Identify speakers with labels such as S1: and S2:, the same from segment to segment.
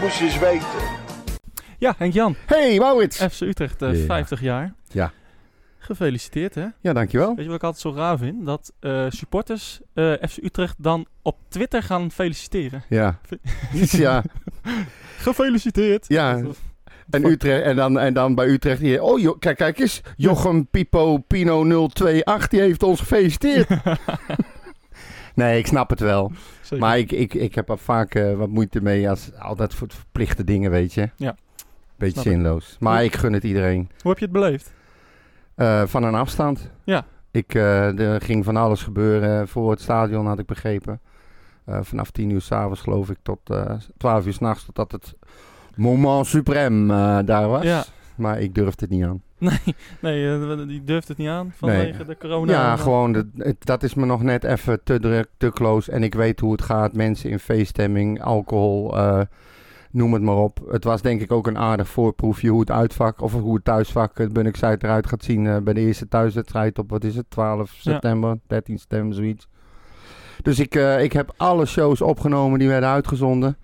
S1: moest eens weten.
S2: Ja, Henk-Jan,
S3: Hey Maurits!
S2: FC Utrecht, eh,
S3: Ja.
S2: 50 jaar.
S3: Ja.
S2: Gefeliciteerd, hè?
S3: Ja, dankjewel.
S2: Weet je wat ik altijd zo raar vind? Dat eh, supporters eh, FC Utrecht dan op Twitter gaan feliciteren.
S3: Ja. ja,
S2: Gefeliciteerd!
S3: ja. En, Utrecht, en, dan, en dan bij Utrecht hier. Oh, jo- kijk, kijk eens. Jochem Pipo Pino 028, die heeft ons gefeliciteerd. nee, ik snap het wel.
S2: Zeker.
S3: Maar ik, ik, ik heb er vaak eh, wat moeite mee als altijd voor verplichte dingen, weet je.
S2: Ja.
S3: Beetje
S2: Snap ik.
S3: zinloos. Maar
S2: Ja.
S3: ik gun het iedereen.
S2: Hoe heb je het beleefd?
S3: Eh, van een afstand.
S2: Ja.
S3: Ik, eh, er ging van alles gebeuren voor het stadion, had ik begrepen. Eh, vanaf 10 uur s'avonds, geloof ik, tot eh 12 uur s'nachts, totdat het moment suprême eh, daar was.
S2: Ja.
S3: Maar ik durfde het niet aan.
S2: Nee, nee eh, die durft het niet aan vanwege
S3: Nee.
S2: de corona.
S3: ja,
S2: En, eh,
S3: gewoon, dat- het- dat is me nog net even te druk, te close. En ik weet hoe het gaat. Mensen in feeststemming, alcohol, eh, noem het maar op. Het was denk ik ook een aardig voorproefje hoe het uitvak, of hoe het thuisvak, eh, het Bunnikzijde eruit gaat zien eh, bij de eerste thuiswedstrijd op, wat is het, 12
S2: Ja.
S3: september, 13 september, zoiets. Dus ik, eh, ik heb alle shows opgenomen die werden uitgezonden.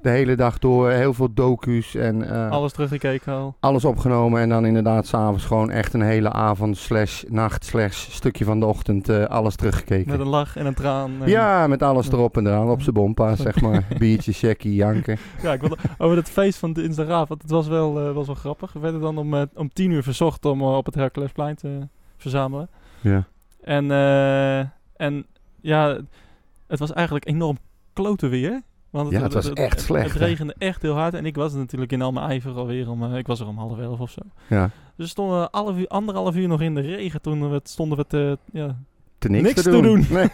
S3: De hele dag door, heel veel docu's en... eh,
S2: Alles teruggekeken al.
S3: alles opgenomen en dan inderdaad s'avonds gewoon echt een hele avond slash nacht slash stukje van de ochtend eh, alles teruggekeken.
S2: Met een lach en een traan. en-
S3: Ja, met alles
S2: Ja.
S3: erop en eraan, op zijn bompa, zeg maar. Biertje, checkie, janken.
S2: Ja, ik wilde over dat feest van dinsdagavond. Het was wel, eh, was wel grappig. We werden dan om, eh, om tien uur verzocht om eh, op het Herculesplein te verzamelen.
S3: Ja.
S2: En, eh, en ja, het was eigenlijk enorm klote weer. Want
S3: Ja, het was echt slecht,
S2: Het
S3: hè?
S2: regende echt heel hard. En ik was er natuurlijk in al mijn ijver alweer. Om, eh, ik was er om half elf of zo.
S3: Ja,
S2: Dus we stonden we half uur, anderhalf uur nog in de regen. Toen we, stonden we te... Ja.
S3: te niks,
S2: Niks
S3: te
S2: te
S3: doen.
S2: doen.
S3: Nee.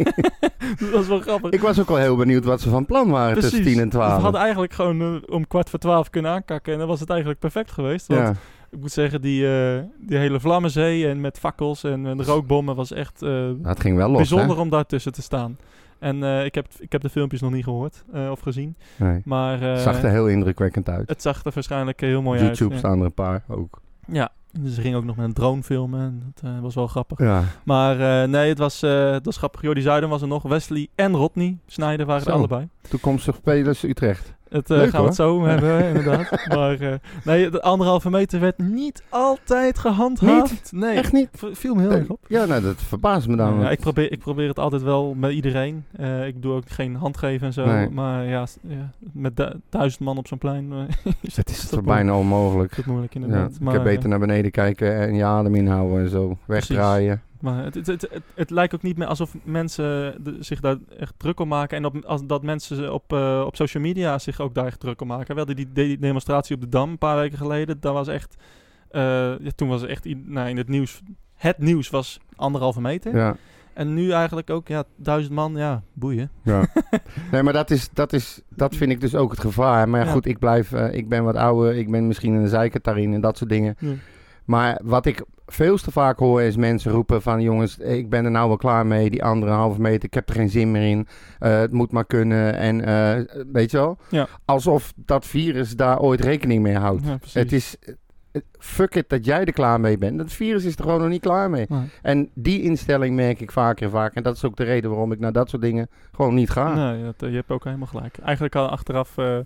S2: Dat was wel grappig.
S3: Ik was ook wel heel benieuwd wat ze van plan waren tussen 10 en
S2: Dus we
S3: 12.
S2: hadden eigenlijk gewoon eh, om kwart voor twaalf kunnen aankakken. En dan was het eigenlijk perfect geweest. Want
S3: Ja,
S2: ik moet zeggen, die, eh, die hele Vlammenzee en met fakkels en, en rookbommen was echt eh,
S3: dat ging wel los,
S2: bijzonder om daartussen te staan. En eh, ik, heb, ik heb de filmpjes nog niet gehoord eh, of gezien.
S3: hè? Nee.
S2: Maar eh,
S3: Het zag er heel indrukwekkend uit.
S2: het zag er waarschijnlijk eh, heel mooi
S3: YouTube
S2: uit. Ja.
S3: staan er een paar ook.
S2: ja, dus ze gingen ook nog met een drone filmen. En dat eh, was wel grappig.
S3: Ja,
S2: Maar eh, nee, het was, eh het was grappig. Jordi Zuiden was er nog. Wesley en Rodney Snijder waren er
S3: Zo.
S2: allebei.
S3: toekomstig spelers Utrecht.
S2: Het eh,
S3: Leuk,
S2: gaan we het zo hebben, hè, inderdaad. Maar eh, nee, de anderhalve meter werd niet altijd gehandhaafd. Nee,
S3: Echt niet?
S2: v- viel me heel erg op.
S3: Ja, nou, dat verbaast me dan.
S2: Ja, ik, probeer, ik probeer het altijd wel met iedereen. Eh, ik doe ook geen handgeven en zo.
S3: Nee.
S2: Maar ja, s- ja, met du- duizend man op zo'n plein eh, is
S3: het
S2: dat-
S3: is
S2: dat
S3: toch
S2: moeilijk.
S3: bijna onmogelijk.
S2: Is dat moeilijk
S3: Ja,
S2: inderdaad.
S3: ik
S2: maar
S3: heb
S2: eh,
S3: beter naar beneden kijken en je adem inhouden en zo. Wegdraaien.
S2: maar het, het, het, het, het lijkt ook niet meer alsof mensen de- zich daar echt druk om maken. En op, als, dat mensen ze op, eh, op social media zich ook daar echt druk om maken. Wel, die, die, die demonstratie op de Dam een paar weken geleden. Daar was echt... eh, ja, toen was echt i- nou, in het nieuws... Het nieuws was anderhalve meter.
S3: Ja.
S2: En nu eigenlijk ook, ja, duizend man, ja, boeien.
S3: ja. nee, maar dat, is, dat, is, dat vind ik dus ook het gevaar. Maar ja,
S2: Ja.
S3: goed, ik blijf, eh, ik ben wat ouder, ik ben misschien een zeikert daarin en dat soort dingen.
S2: Ja.
S3: Maar wat ik veel te vaak hoor is mensen roepen van jongens, ik ben er nou wel klaar mee, die anderhalve meter, ik heb er geen zin meer in, Eh, het moet maar kunnen en eh, weet je wel?
S2: Ja.
S3: Alsof dat virus daar ooit rekening mee houdt.
S2: Ja, precies.
S3: Het is, eh, fuck it dat jij er klaar mee bent, dat virus is er gewoon nog niet klaar mee.
S2: Nee.
S3: En die instelling merk ik vaker en vaker. En dat is ook de reden waarom ik naar dat soort dingen gewoon niet ga.
S2: Nee, dat, eh, je hebt ook helemaal gelijk. Eigenlijk al achteraf... eh,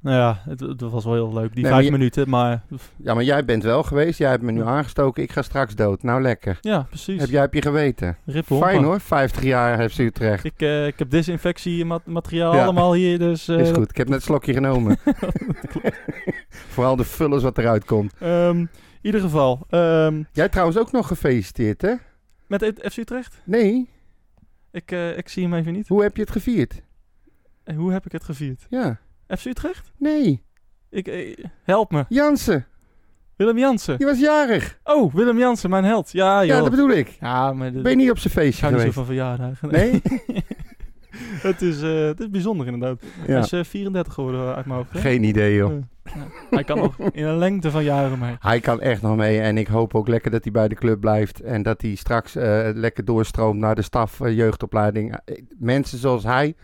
S2: nou ja, het, het was wel heel leuk, die
S3: Nee, maar
S2: vijf
S3: je-
S2: minuten, maar pff,
S3: Ja, maar jij bent wel geweest. Jij hebt me nu aangestoken. Ik ga straks dood. Nou, lekker.
S2: ja, precies.
S3: Heb jij heb je geweten?
S2: Rip Hompa.
S3: Fijn hoor, 50 jaar heeft ze Utrecht.
S2: Ik, eh, ik heb desinfectiemateriaal
S3: Ja.
S2: allemaal hier, dus... eh,
S3: is goed, ik heb net een slokje genomen. Vooral de vullers wat eruit komt.
S2: ehm, in ieder geval, ehm,
S3: Jij trouwens ook nog gefeliciteerd, hè?
S2: met het- FC Utrecht.
S3: Nee,
S2: Ik, eh, ik zie hem even niet.
S3: hoe heb je het gevierd?
S2: Eh, Hoe heb ik het gevierd?
S3: Ja,
S2: FC Utrecht?
S3: nee.
S2: Ik, eh, help me.
S3: Jansen,
S2: Willem Jansen.
S3: die was jarig.
S2: Oh, Willem Jansen, mijn held. Ja, joh.
S3: Ja, dat bedoel ik.
S2: Ja, maar dat-
S3: Ben je niet op zijn
S2: ik
S3: feestje
S2: hou niet zo
S3: geweest?
S2: van verjaardag.
S3: Nee?
S2: het, is, eh, het is bijzonder inderdaad. Hij
S3: Ja.
S2: is eh, 34 geworden uit mijn hoofd. hè?
S3: Geen idee, joh.
S2: Hij kan nog in een lengte van jaren mee.
S3: Hij kan echt nog mee en ik hoop ook lekker dat hij bij de club blijft. En dat hij straks eh, lekker doorstroomt naar de staf eh, jeugdopleiding. Eh, Mensen zoals hij,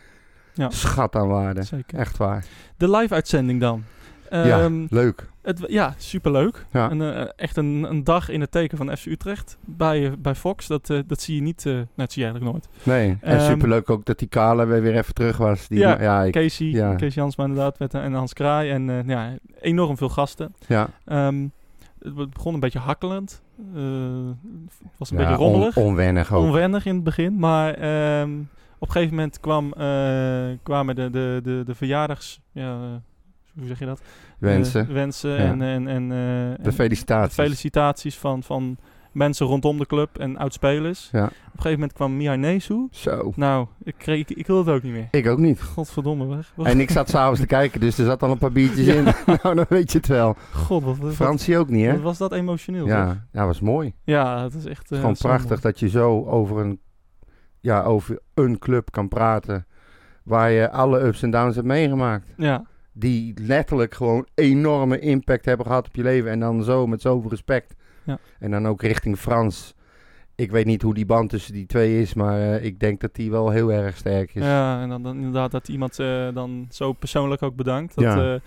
S2: Ja.
S3: schat aan waarde.
S2: Zeker.
S3: Echt waar.
S2: De live-uitzending dan.
S3: ja,
S2: Ehm,
S3: leuk.
S2: Het, wa- ja, superleuk.
S3: Ja.
S2: En, eh, echt een, een dag in het teken van FC Utrecht bij, eh, bij Fox. Dat, eh, dat zie je niet, eh nou, dat zie je eigenlijk nooit.
S3: Nee, en
S2: Ehm,
S3: superleuk ook dat die Kale weer weer even terug was. Die,
S2: Ja,
S3: ja, ja, ik,
S2: Casey,
S3: ja.
S2: Casey Jansma inderdaad met, eh, en Hans Kraai. En eh, ja, enorm veel gasten.
S3: ja.
S2: Ehm, het be- begon een beetje hakkelend. Eh, het was een
S3: Ja,
S2: beetje rommelig.
S3: on- onwennig ook.
S2: onwendig in het begin. Maar ehm, op een gegeven moment kwam, eh, kwamen de, de, de, de verjaardags... Ja, eh, hoe zeg je dat?
S3: wensen.
S2: De wensen en, en, en, eh, en
S3: de felicitaties.
S2: de felicitaties van, van mensen rondom de club en oudspelers.
S3: Ja.
S2: Op een gegeven moment kwam Mihai Nesu.
S3: Zo.
S2: Nou, ik, kreeg, ik, ik wil het ook niet meer.
S3: Ik ook niet.
S2: Godverdomme, weg. Wat-
S3: En ik zat s'avonds te kijken, dus er zat al een paar biertjes
S2: Ja.
S3: in. nou, dan weet je het wel.
S2: God, wat, wat-
S3: Fransie ook niet,
S2: wat
S3: hè?
S2: was dat emotioneel. zeg.
S3: Ja, ja was mooi. Het
S2: ja het is echt...
S3: is
S2: eh,
S3: gewoon
S2: zo
S3: prachtig
S2: mooi.
S3: dat je zo over een, ja, over een club kan praten. Waar je alle ups en downs hebt meegemaakt.
S2: Ja,
S3: Die letterlijk gewoon enorme impact hebben gehad op je leven. En dan zo met zoveel respect.
S2: Ja.
S3: En dan ook richting Frans. Ik weet niet hoe die band tussen die twee is. Maar eh, ik denk dat die wel heel erg sterk is.
S2: ja, en dan, dan inderdaad dat iemand eh, dan zo persoonlijk ook bedankt. Dat,
S3: Ja.
S2: eh,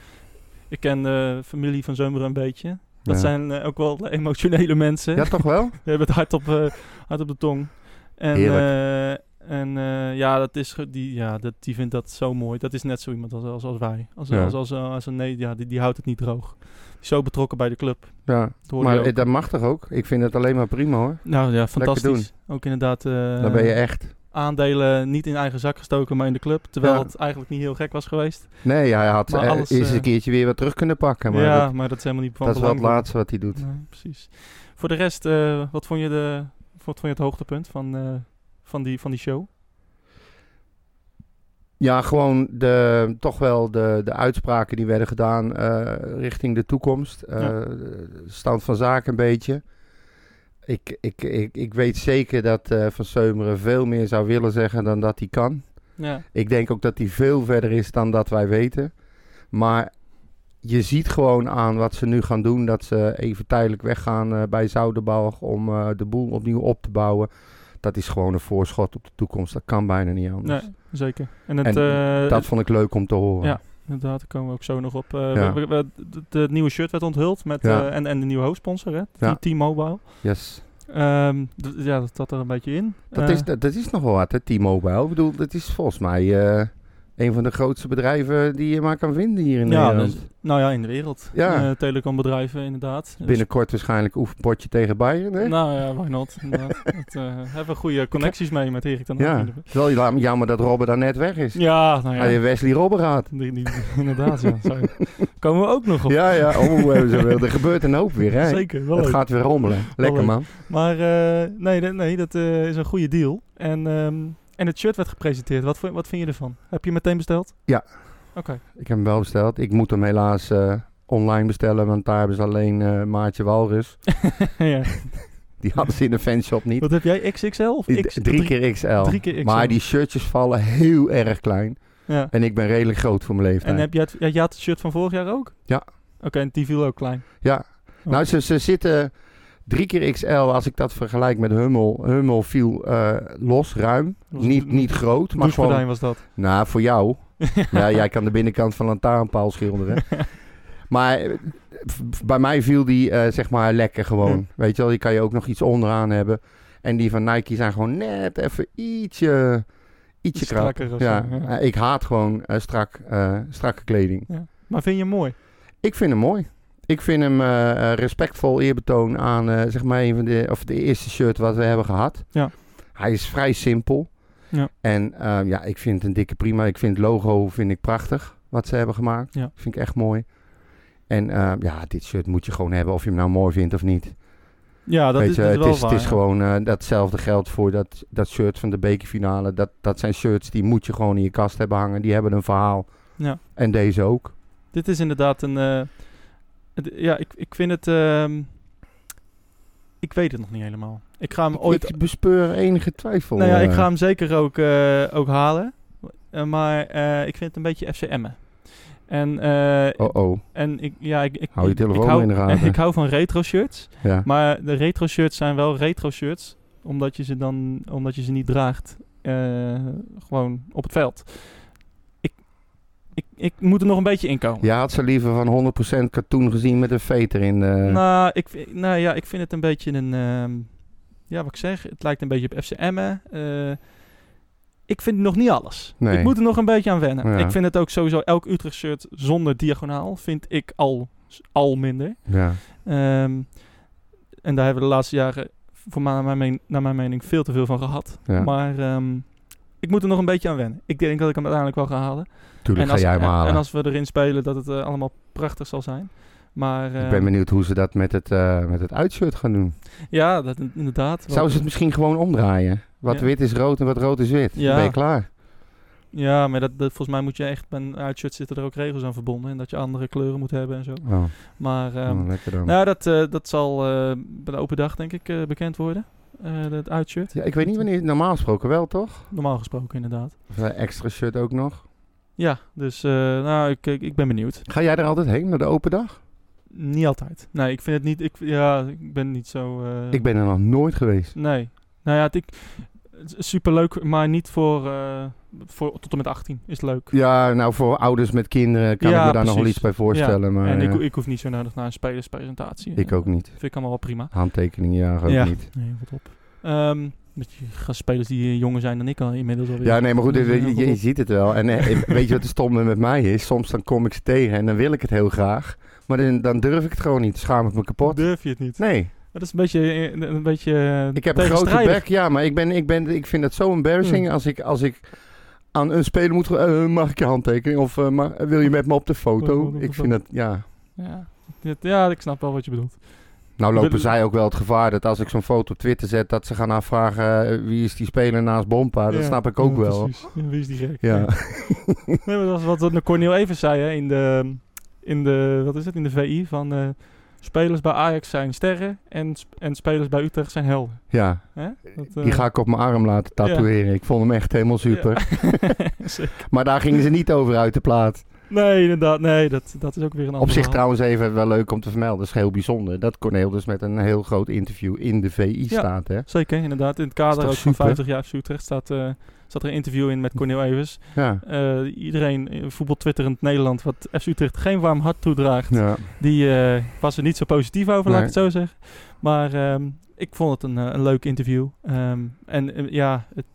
S2: ik ken de familie van Zummer een beetje. Dat
S3: Ja.
S2: zijn eh, ook wel emotionele mensen.
S3: Ja, toch wel?
S2: We hebben het hard op, eh, hard op de tong. En,
S3: Heerlijk.
S2: eh, en eh, ja, dat is, ge- die, ja dat, die vindt dat zo mooi. Dat is net zo iemand als, als, als wij. Als,
S3: Ja.
S2: als, als, eh, als, een nee, ja, die, die houdt het niet droog. Die is zo betrokken bij de club.
S3: Ja.
S2: Dat hoor je
S3: Maar
S2: ook.
S3: eh, dat mag toch ook? Ik vind het alleen maar prima hoor.
S2: nou ja, fantastisch. Ook inderdaad eh,
S3: Dan ben je echt.
S2: aandelen niet in eigen zak gestoken, maar in de club. Terwijl
S3: Ja.
S2: het eigenlijk niet heel gek was geweest.
S3: Nee, hij had
S2: Maar
S3: eh,
S2: alles,
S3: eens
S2: eh,
S3: een keertje weer wat terug kunnen pakken. Maar
S2: ja,
S3: dat,
S2: maar dat is helemaal niet van
S3: dat is wel het
S2: belang.
S3: laatste wat hij doet.
S2: Nee, precies. Voor de rest, eh, wat, vond je de, wat vond je het hoogtepunt van, eh, van, die, van die show?
S3: Ja, gewoon de, toch wel de, de uitspraken die werden gedaan eh, richting de toekomst. Eh,
S2: Ja.
S3: Stand van zaken een beetje. Ik, ik, ik, ik weet zeker dat eh, Van Seumeren veel meer zou willen zeggen dan dat hij kan.
S2: Ja,
S3: Ik denk ook dat hij veel verder is dan dat wij weten. Maar je ziet gewoon aan wat ze nu gaan doen. Dat ze even tijdelijk weggaan eh, bij Zoudenbalg om eh, de boel opnieuw op te bouwen. Dat is gewoon een voorschot op de toekomst. Dat kan bijna niet anders.
S2: nee, zeker. En, het,
S3: En
S2: eh,
S3: Dat vond ik leuk om te horen.
S2: Ja. Inderdaad, daar komen we ook zo nog op. Eh,
S3: Ja.
S2: we- we- we- d- d- het nieuwe shirt werd onthuld met,
S3: Ja.
S2: eh, en, en de nieuwe hoofdsponsor, hè?
S3: Ja.
S2: T- T-Mobile.
S3: Yes.
S2: Ehm, d- ja, dat zat er een beetje in.
S3: Dat,
S2: Eh,
S3: is, dat, dat is nog wel wat, hè, T-Mobile. Ik bedoel, dat is volgens mij eh, een van de grootste bedrijven die je maar kan vinden hier in
S2: ja,
S3: Nederland.
S2: dus- nou ja, in de wereld.
S3: Ja.
S2: Eh, telecombedrijven, inderdaad. Dus-
S3: Binnenkort waarschijnlijk oefenpotje tegen Bayern, hè?
S2: nou ja, why not? Inderdaad. het, eh, hebben we goede connecties mee met Erik dan
S3: ja. Terwijl je- jammer dat Robben daar net weg is.
S2: nou, ja, nou ja.
S3: Had Ah, je Wesley Robben gehad.
S2: Die- die- inderdaad, ja. Sorry. Komen we ook nog op.
S3: Ja, ja. Oh, eh, zo wel. er gebeurt een hoop weer, hè?
S2: Zeker, wel
S3: Het
S2: leuk.
S3: gaat weer rommelen. Lekker, man.
S2: Maar eh, nee, dat- nee, dat eh, is een goede deal. En, ehm, en het shirt werd gepresenteerd. Wat, vo- wat vind je ervan? Heb je hem meteen besteld?
S3: Ja.
S2: Oké.
S3: Ik heb hem wel besteld. Ik moet hem helaas eh, online bestellen, want daar hebben ze alleen eh, Maartje Walrus.
S2: ja.
S3: Die hadden ze in de fanshop niet.
S2: Wat heb jij? XXL of
S3: Die-
S2: X?
S3: drie keer XL.
S2: drie keer XL.
S3: Maar die shirtjes vallen heel erg klein.
S2: Ja.
S3: En ik ben redelijk groot voor mijn leeftijd.
S2: En heb jij het, ja, jij had het shirt van vorig jaar ook?
S3: Ja.
S2: Oké, en die viel ook klein.
S3: Ja.
S2: Oh.
S3: Nou, ze, ze zitten drie keer XL. Als ik dat vergelijk met Hummel. Hummel viel eh, los, ruim.
S2: Dat was
S3: Niet,
S2: een-
S3: niet groot, maar
S2: Douchegordijn
S3: gewoon
S2: was dat.
S3: Nou, voor jou. ja, jij kan de binnenkant van een lantaarnpaal schilderen. maar eh, v- bij mij viel die eh, zeg maar lekker gewoon.
S2: Ja.
S3: Weet je wel, je kan je ook nog iets onderaan hebben. En die van Nike zijn gewoon net even ietsje, ietsje krap.
S2: strakker of
S3: Ja,
S2: zo, ja.
S3: eh, ik haat gewoon eh, strak, eh, strakke kleding.
S2: Maar vind je hem mooi?
S3: Ik vind hem mooi. Ik vind hem eh, eh, respectvol eerbetoon aan eh, zeg maar een van de, of de eerste shirt wat we hebben gehad.
S2: Ja.
S3: Hij is vrij simpel.
S2: Ja.
S3: En ehm, ja, ik vind het een dikke prima. Ik vind het logo vind ik prachtig wat ze hebben gemaakt.
S2: Ja.
S3: Vind ik echt mooi. En ehm, ja, dit shirt moet je gewoon hebben of je hem nou mooi vindt of niet.
S2: Ja, dat
S3: Weet
S2: is,
S3: je,
S2: dat is
S3: het
S2: wel
S3: is,
S2: waar.
S3: het is
S2: ja.
S3: gewoon eh, datzelfde geldt voor dat, dat shirt van de bekerfinale. Dat, dat zijn shirts die moet je gewoon in je kast hebben hangen. Die hebben een verhaal.
S2: Ja.
S3: En deze ook.
S2: Dit is inderdaad een... eh, het- ja, ik, ik vind het... ehm, ik weet het nog niet helemaal. Ik ga hem ooit
S3: Ik bespeur enige twijfel.
S2: Nou ja, ik
S3: eh.
S2: ga hem zeker ook, eh, ook halen. Eh, maar eh, ik vind het een beetje FCM'en. En, eh,
S3: Oh oh,
S2: en ik, ja, ik, ik,
S3: Hou je
S2: ik- ik
S3: telefoon in de gaten.
S2: Ik hou van retro shirts.
S3: ja.
S2: Maar de retro shirts zijn wel retro shirts. Omdat je ze dan omdat je ze niet draagt. eh, gewoon op het veld. Ik ik, ik moet er nog een beetje in komen.
S3: Je had ze liever van 100% katoen gezien met een veter in. eh,
S2: Nou, ik, vi- nou ja, ik vind het een beetje een... ehm, ja, wat ik zeg, het lijkt een beetje op FC Emmen. Eh, ik vind nog niet alles.
S3: Nee.
S2: Ik moet er nog een beetje aan wennen.
S3: Ja.
S2: Ik vind het ook sowieso, elk Utrecht-shirt zonder diagonaal vind ik al, al minder.
S3: ja.
S2: Ehm, en daar hebben we de laatste jaren, voor ma- mijn, men- naar mijn mening, veel te veel van gehad.
S3: Ja.
S2: Maar ehm, ik moet er nog een beetje aan wennen. Ik denk dat ik hem uiteindelijk wel ga halen.
S3: Tuurlijk
S2: en, als,
S3: ga jij hem
S2: en-
S3: halen.
S2: en als we erin spelen, dat het eh, allemaal prachtig zal zijn. Maar
S3: ik
S2: ehm,
S3: ben benieuwd hoe ze dat met het, eh, met het uitshirt gaan doen.
S2: ja, dat, in- inderdaad. Want-
S3: Zouden ze het misschien gewoon omdraaien? Wat
S2: Ja.
S3: wit is rood en wat rood is wit.
S2: Ja.
S3: Dan ben je klaar.
S2: Ja, maar dat, dat, volgens mij moet je echt, bij een uitshirt zitten er ook regels aan verbonden. En dat je andere kleuren moet hebben en zo.
S3: Oh,
S2: Maar ehm,
S3: oh, lekker dan.
S2: nou, dat, eh, dat zal eh, bij de open dag denk ik eh, bekend worden. Eh dat uitshirt.
S3: ja, ik weet niet wanneer, normaal gesproken wel toch?
S2: Normaal gesproken inderdaad.
S3: Of, eh, Extra shirt ook nog.
S2: Ja, dus eh, nou, ik, ik, ik ben benieuwd.
S3: Ga jij er altijd heen naar de open dag?
S2: Niet altijd. Nee, ik vind het niet. Ik, ja, ik ben niet zo. eh,
S3: Ik ben er nog nooit geweest.
S2: Nee. Nou ja, het, ik, het is superleuk, maar niet voor, eh, voor. Tot en met 18 is leuk.
S3: Ja, nou voor ouders met kinderen kan
S2: Ja,
S3: ik me daar nog wel
S2: precies.
S3: iets bij voorstellen. Maar,
S2: en ik,
S3: eh,
S2: ik hoef niet zo nodig naar een spelerspresentatie. eh.
S3: ik ook niet.
S2: Vind ik allemaal wel prima.
S3: Handtekeningen ja, ook
S2: Ja.
S3: niet.
S2: Nee, wat op. Ehm met je ga- spelers die eh, jonger zijn dan ik al inmiddels alweer.
S3: Ja, nee, maar goed,
S2: Dus, eh,
S3: je, je ziet het wel. En eh, weet je wat de stomme met mij is? Soms dan kom ik ze tegen en dan wil ik het heel graag. Maar dan, dan durf ik het gewoon niet. Schaam ik me kapot.
S2: Durf je het niet?
S3: Nee,
S2: Dat is een beetje. eh, Een, een beetje eh,
S3: ik heb een grote
S2: tegenstrijdig.
S3: bek. Ja, maar ik, ben, ik, ben, ik vind dat zo embarrassing als, ik, als ik aan een speler moet... ge- eh, mag ik je handtekening? Of eh, ma- wil je met me op de
S2: Wil je
S3: foto?
S2: met me op de
S3: Ik vind dat, ja...
S2: Ja. Dit- ja, ik snap wel wat je bedoelt.
S3: Nou
S2: Wil-
S3: lopen zij ook wel het gevaar dat als ik zo'n foto op Twitter zet... dat ze gaan afvragen eh, wie is die speler naast Bompa. Dat
S2: Ja,
S3: snap ik ook
S2: ja,
S3: wel.
S2: precies. Ja, wie is die gek?
S3: Ja.
S2: Nee, maar dat is wat wat Cornel Evers zei hè, in, de, in, de, wat is het, in de VI. Van, eh, spelers bij Ajax zijn sterren en, sp- en spelers bij Utrecht zijn helden.
S3: ja,
S2: Hè? Dat, eh,
S3: die ga ik op mijn arm laten tatoeëren. Ik vond hem echt helemaal super.
S2: ja, zeker.
S3: Maar daar gingen ze niet over uit de plaat.
S2: nee, inderdaad. Nee, dat, dat is ook weer een ander
S3: Op zich
S2: verhaal.
S3: trouwens even wel leuk om te vermelden. Dat is heel bijzonder. Dat Corneel dus met een heel groot interview in de VI
S2: Ja.
S3: staat. Hè?
S2: Zeker, inderdaad. In het
S3: Is
S2: kader
S3: toch
S2: ook van
S3: super?
S2: 50 jaar FC Utrecht staat, eh, staat er een interview in met Cornel Evers.
S3: Ja.
S2: Eh, iedereen in voetbaltwitterend Nederland wat FC Utrecht geen warm hart toedraagt.
S3: ja.
S2: Die eh, was er niet zo positief over, laat ik
S3: Nee.
S2: het zo zeggen. Maar ehm, ik vond het een, eh, een leuk interview. Ehm, en eh, ja, het-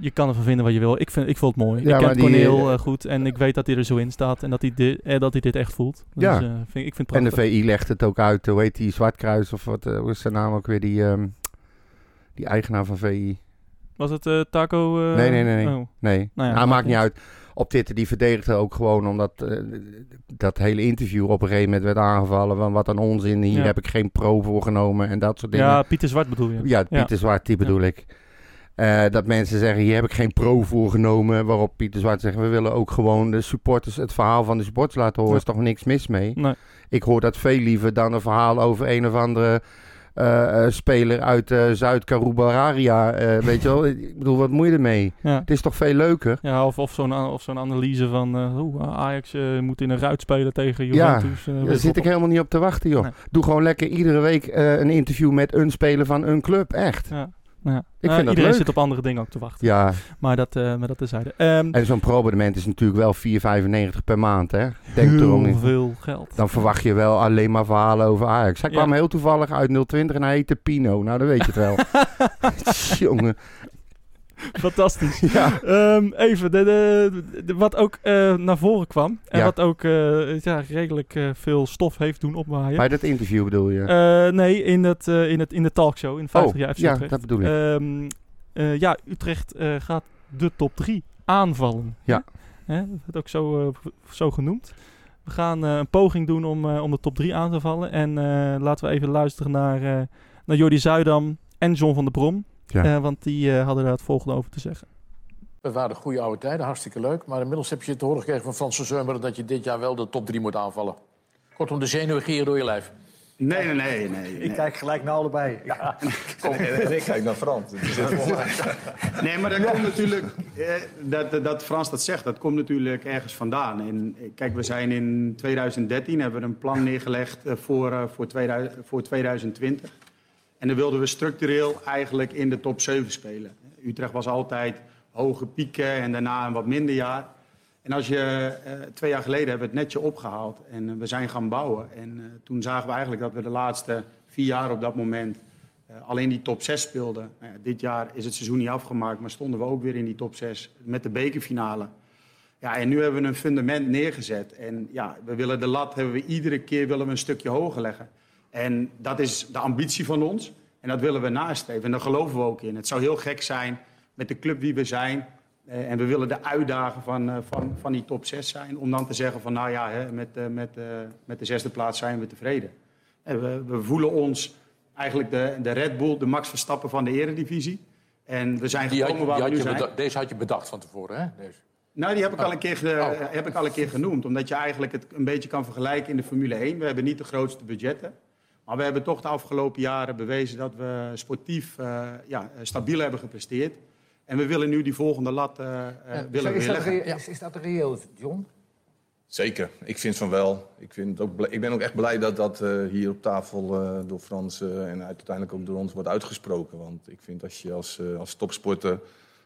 S2: je kan ervan vinden wat je wil. Ik, vind, ik vond het mooi.
S3: Ja,
S2: ik
S3: maar
S2: ken
S3: die-
S2: Corneel eh, goed en ik weet dat hij er zo in staat en dat hij, dit- eh, dat hij dit echt voelt. Dus
S3: Ja.
S2: eh, vind, ik vind het
S3: En de
S2: prachtig.
S3: VI legt het ook uit. Hoe heet die Zwartkruis of wat eh, hoe is zijn naam ook weer? Die, ehm, die eigenaar van VI.
S2: Was het eh, Taco? eh,
S3: Nee, nee, nee, nee.
S2: oh. Nou
S3: Nee,
S2: ja,
S3: nou,
S2: maakt
S3: maakt niet uit. Op Twitter die verdedigde ook gewoon omdat eh, dat hele interview op een gegeven moment werd aangevallen. Van wat een onzin, hier
S2: Ja.
S3: heb ik geen pro voor genomen en dat soort dingen.
S2: Ja, Pieter Zwart bedoel je.
S3: Ja, Pieter Zwart, die bedoel ik. Eh, dat mensen zeggen, hier heb ik geen pro voor genomen. Waarop Pieter Zwart zegt, we willen ook gewoon de supporters, het verhaal van de supporters laten horen.
S2: Ja.
S3: is toch niks mis mee?
S2: Nee.
S3: Ik hoor dat veel liever dan een verhaal over een of andere eh, eh, speler uit eh Zuid-Karubararia. eh, weet je wel, ik bedoel, wat moet je ermee?
S2: Ja.
S3: Het is toch veel leuker?
S2: Ja, of, of zo'n a- of zo'n analyse van eh, oeh, Ajax eh, moet in een ruit spelen tegen Juventus. eh, weet
S3: Daar
S2: ik
S3: zit
S2: wat.
S3: ik helemaal niet op te wachten, joh.
S2: Nee.
S3: Doe gewoon lekker iedere week eh, een interview met een speler van een club. Echt.
S2: Ja. Ja.
S3: vind
S2: Nou,
S3: dat
S2: iedereen
S3: leuk.
S2: zit op andere dingen ook te wachten.
S3: Ja,
S2: Maar dat, eh maar dat terzijde. Ehm,
S3: en zo'n pro-abonnement is natuurlijk wel 4,95 per maand, hè? Denk
S2: heel
S3: erom niet.
S2: veel geld.
S3: Dan verwacht je wel alleen maar verhalen over Ajax. Hij
S2: Ja.
S3: kwam heel toevallig uit 020 en hij heette Pino. Nou, dan weet je het wel. Jongen.
S2: Fantastisch.
S3: Ja.
S2: Ehm, even, de, de- de- wat ook eh, naar voren kwam. En
S3: Ja.
S2: wat ook eh, ja, redelijk eh, veel stof heeft doen opwaaien.
S3: Bij dat interview bedoel je?
S2: Eh, nee, in, het, eh, in, het, in de talkshow in 50
S3: oh,
S2: jaar FC
S3: ja,
S2: Utrecht.
S3: dat bedoel ik.
S2: Ehm, eh, ja, Utrecht eh, gaat de top 3 aanvallen.
S3: Ja.
S2: Hè? Dat wordt ook zo, eh, zo genoemd. We gaan eh, een poging doen om, eh, om de top 3 aan te vallen. En eh, laten we even luisteren naar, eh, naar Jordi Zuidam en John van der Brom.
S3: Ja.
S2: Eh, want die eh, hadden daar het volgende over te zeggen.
S1: Dat waren de goede oude tijden, hartstikke leuk. Maar inmiddels heb je te horen gekregen van Frans van Zeumeren... dat je dit jaar wel de top 3 moet aanvallen. Kortom, de zenuwen gieren door je lijf.
S4: Nee, nee, nee. nee, nee.
S5: Ik kijk gelijk naar allebei. Ja, ik kijk naar Frans.
S4: Nee, maar dat komt natuurlijk... eh, dat, dat- dat Frans dat zegt, dat komt natuurlijk ergens vandaan. En eh, kijk, we zijn in 2013, hebben we een plan neergelegd eh, voor, eh, voor, 2000, voor 2020. En dan wilden we structureel eigenlijk in de top 7 spelen. Utrecht was altijd hoge pieken en daarna een wat minder jaar. En als je, eh, twee jaar geleden hebben we het netje opgehaald en eh, we zijn gaan bouwen. En eh, toen zagen we eigenlijk dat we de laatste vier jaar op dat moment eh, alleen die top 6 speelden. Nou ja, dit jaar is het seizoen niet afgemaakt, maar stonden we ook weer in die top 6 met de bekerfinale. Ja, en nu hebben we een fundament neergezet. En ja, we willen de lat hebben we iedere keer willen we een stukje hoger leggen. En dat is de ambitie van ons. En dat willen we nastreven. En daar geloven we ook in. Het zou heel gek zijn met de club wie we zijn. eh, en we willen de uitdagen van, eh, van, van die top 6 zijn. Om dan te zeggen van nou ja, hè, met, eh, met, eh, met de zesde plaats zijn we tevreden. En we, we voelen ons eigenlijk de, de Red Bull, de Max Verstappen van de eredivisie. En we zijn
S1: Die had,
S4: gekomen
S1: die
S4: waar we
S1: had
S4: nu
S1: je
S4: zijn.
S1: beda- deze had je bedacht van tevoren, hè? Deze.
S4: Nou, die heb ik, al een keer, ge-
S1: Oh.
S4: heb ik al een keer genoemd. Omdat je eigenlijk het een beetje kan vergelijken in de Formule 1. We hebben niet de grootste budgetten. Maar we hebben toch de afgelopen jaren bewezen dat we sportief eh, ja, stabiel hebben gepresteerd. En we willen nu die volgende lat eh, eh, willen we
S5: is,
S4: weer
S5: dat,
S4: leggen.
S5: re- is, is dat reëel, John?
S6: Zeker, ik vind van wel. Ik, vind het ook bl- ik ben ook echt blij dat dat eh, hier op tafel eh, door Frans eh, en uit- uiteindelijk ook door ons wordt uitgesproken. Want ik vind als je als, eh, als topsporter,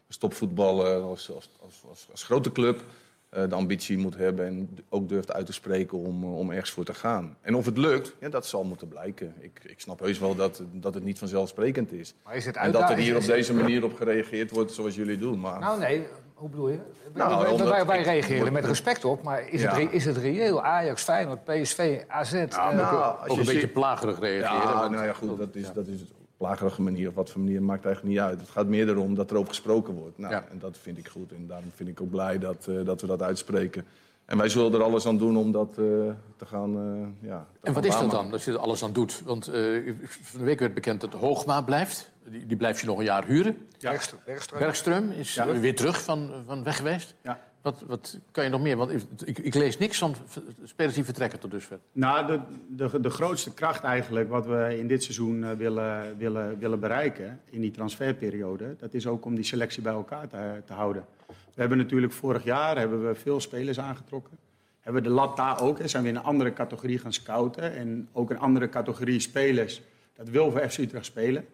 S6: als topvoetballer, als, als, als, als, als grote club eh, de ambitie moet hebben en d- ook durft uit te spreken om, eh, om ergens voor te gaan. En of het lukt, ja, dat zal moeten blijken. Ik, ik snap heus wel dat, dat het niet vanzelfsprekend is.
S5: Maar is het
S1: Nou,
S6: En dat er
S5: uitdaging-
S6: hier op
S5: is-
S6: deze manier op gereageerd wordt zoals jullie doen. Maar...
S5: Nou nee, hoe bedoel je?
S6: Nou,
S5: wij,
S6: omdat
S5: wij- wij
S6: ik-
S5: reageren met respect op, maar is,
S6: Ja.
S5: het, re- is het reëel? Ajax, Feyenoord, PSV, AZ. eh,
S6: Nou,
S1: Ook een
S6: ziet-
S1: beetje plagerig reageren.
S6: Ja,
S1: want-
S6: nou ja, goed, dat is, dat is op lagerige manier. Op wat voor manier maakt eigenlijk niet uit. Het gaat meer erom dat erover gesproken wordt. Nou,
S1: Ja.
S6: En dat vind ik goed. En daarom vind ik ook blij dat, eh, dat we dat uitspreken. En wij zullen er alles aan doen om dat eh, te gaan. eh, ja, te
S1: En wat is dat
S6: gaan waarmaken.
S1: dan, dat je er alles aan doet? Want eh, van de week werd bekend dat Hoogma blijft. Die, die blijft je nog een jaar huren.
S5: Bergstro- Bergstro-
S1: Bergström is
S4: Ja.
S1: weer terug van, van weg geweest.
S4: Ja.
S1: Wat, wat kan je nog meer? Want ik, ik, ik lees niks van v- spelers die vertrekken tot dusver.
S4: Nou, de, de, de grootste kracht eigenlijk wat we in dit seizoen eh, willen, willen, willen bereiken in die transferperiode, dat is ook om die selectie bij elkaar te, te houden. We hebben natuurlijk vorig jaar hebben we veel spelers aangetrokken. Hebben we de lat daar ook, hè, zijn we in een andere categorie gaan scouten en ook een andere categorie spelers. Dat wil voor FC Utrecht spelen.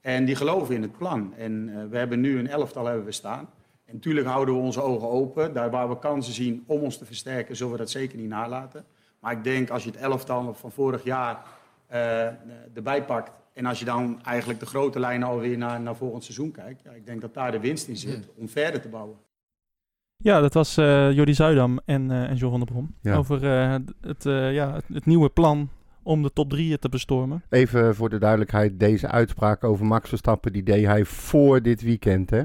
S4: En die geloven in het plan. En eh, we hebben nu een elftal hebben we staan. En natuurlijk houden we onze ogen open. Daar waar we kansen zien om ons te versterken, zullen we dat zeker niet nalaten. Maar ik denk als je het elftal van vorig jaar eh, erbij pakt. En als je dan eigenlijk de grote lijnen alweer naar, naar volgend seizoen kijkt. Ja, ik denk dat daar de winst in zit om verder te bouwen.
S2: Ja, dat was eh Jordi Zuidam en, eh en John van der Brom.
S3: Ja.
S2: Over eh, het, eh, ja, het, het nieuwe plan om de top drieën te bestormen.
S3: Even voor de duidelijkheid, deze uitspraak over Max Verstappen, die deed hij voor dit weekend, hè?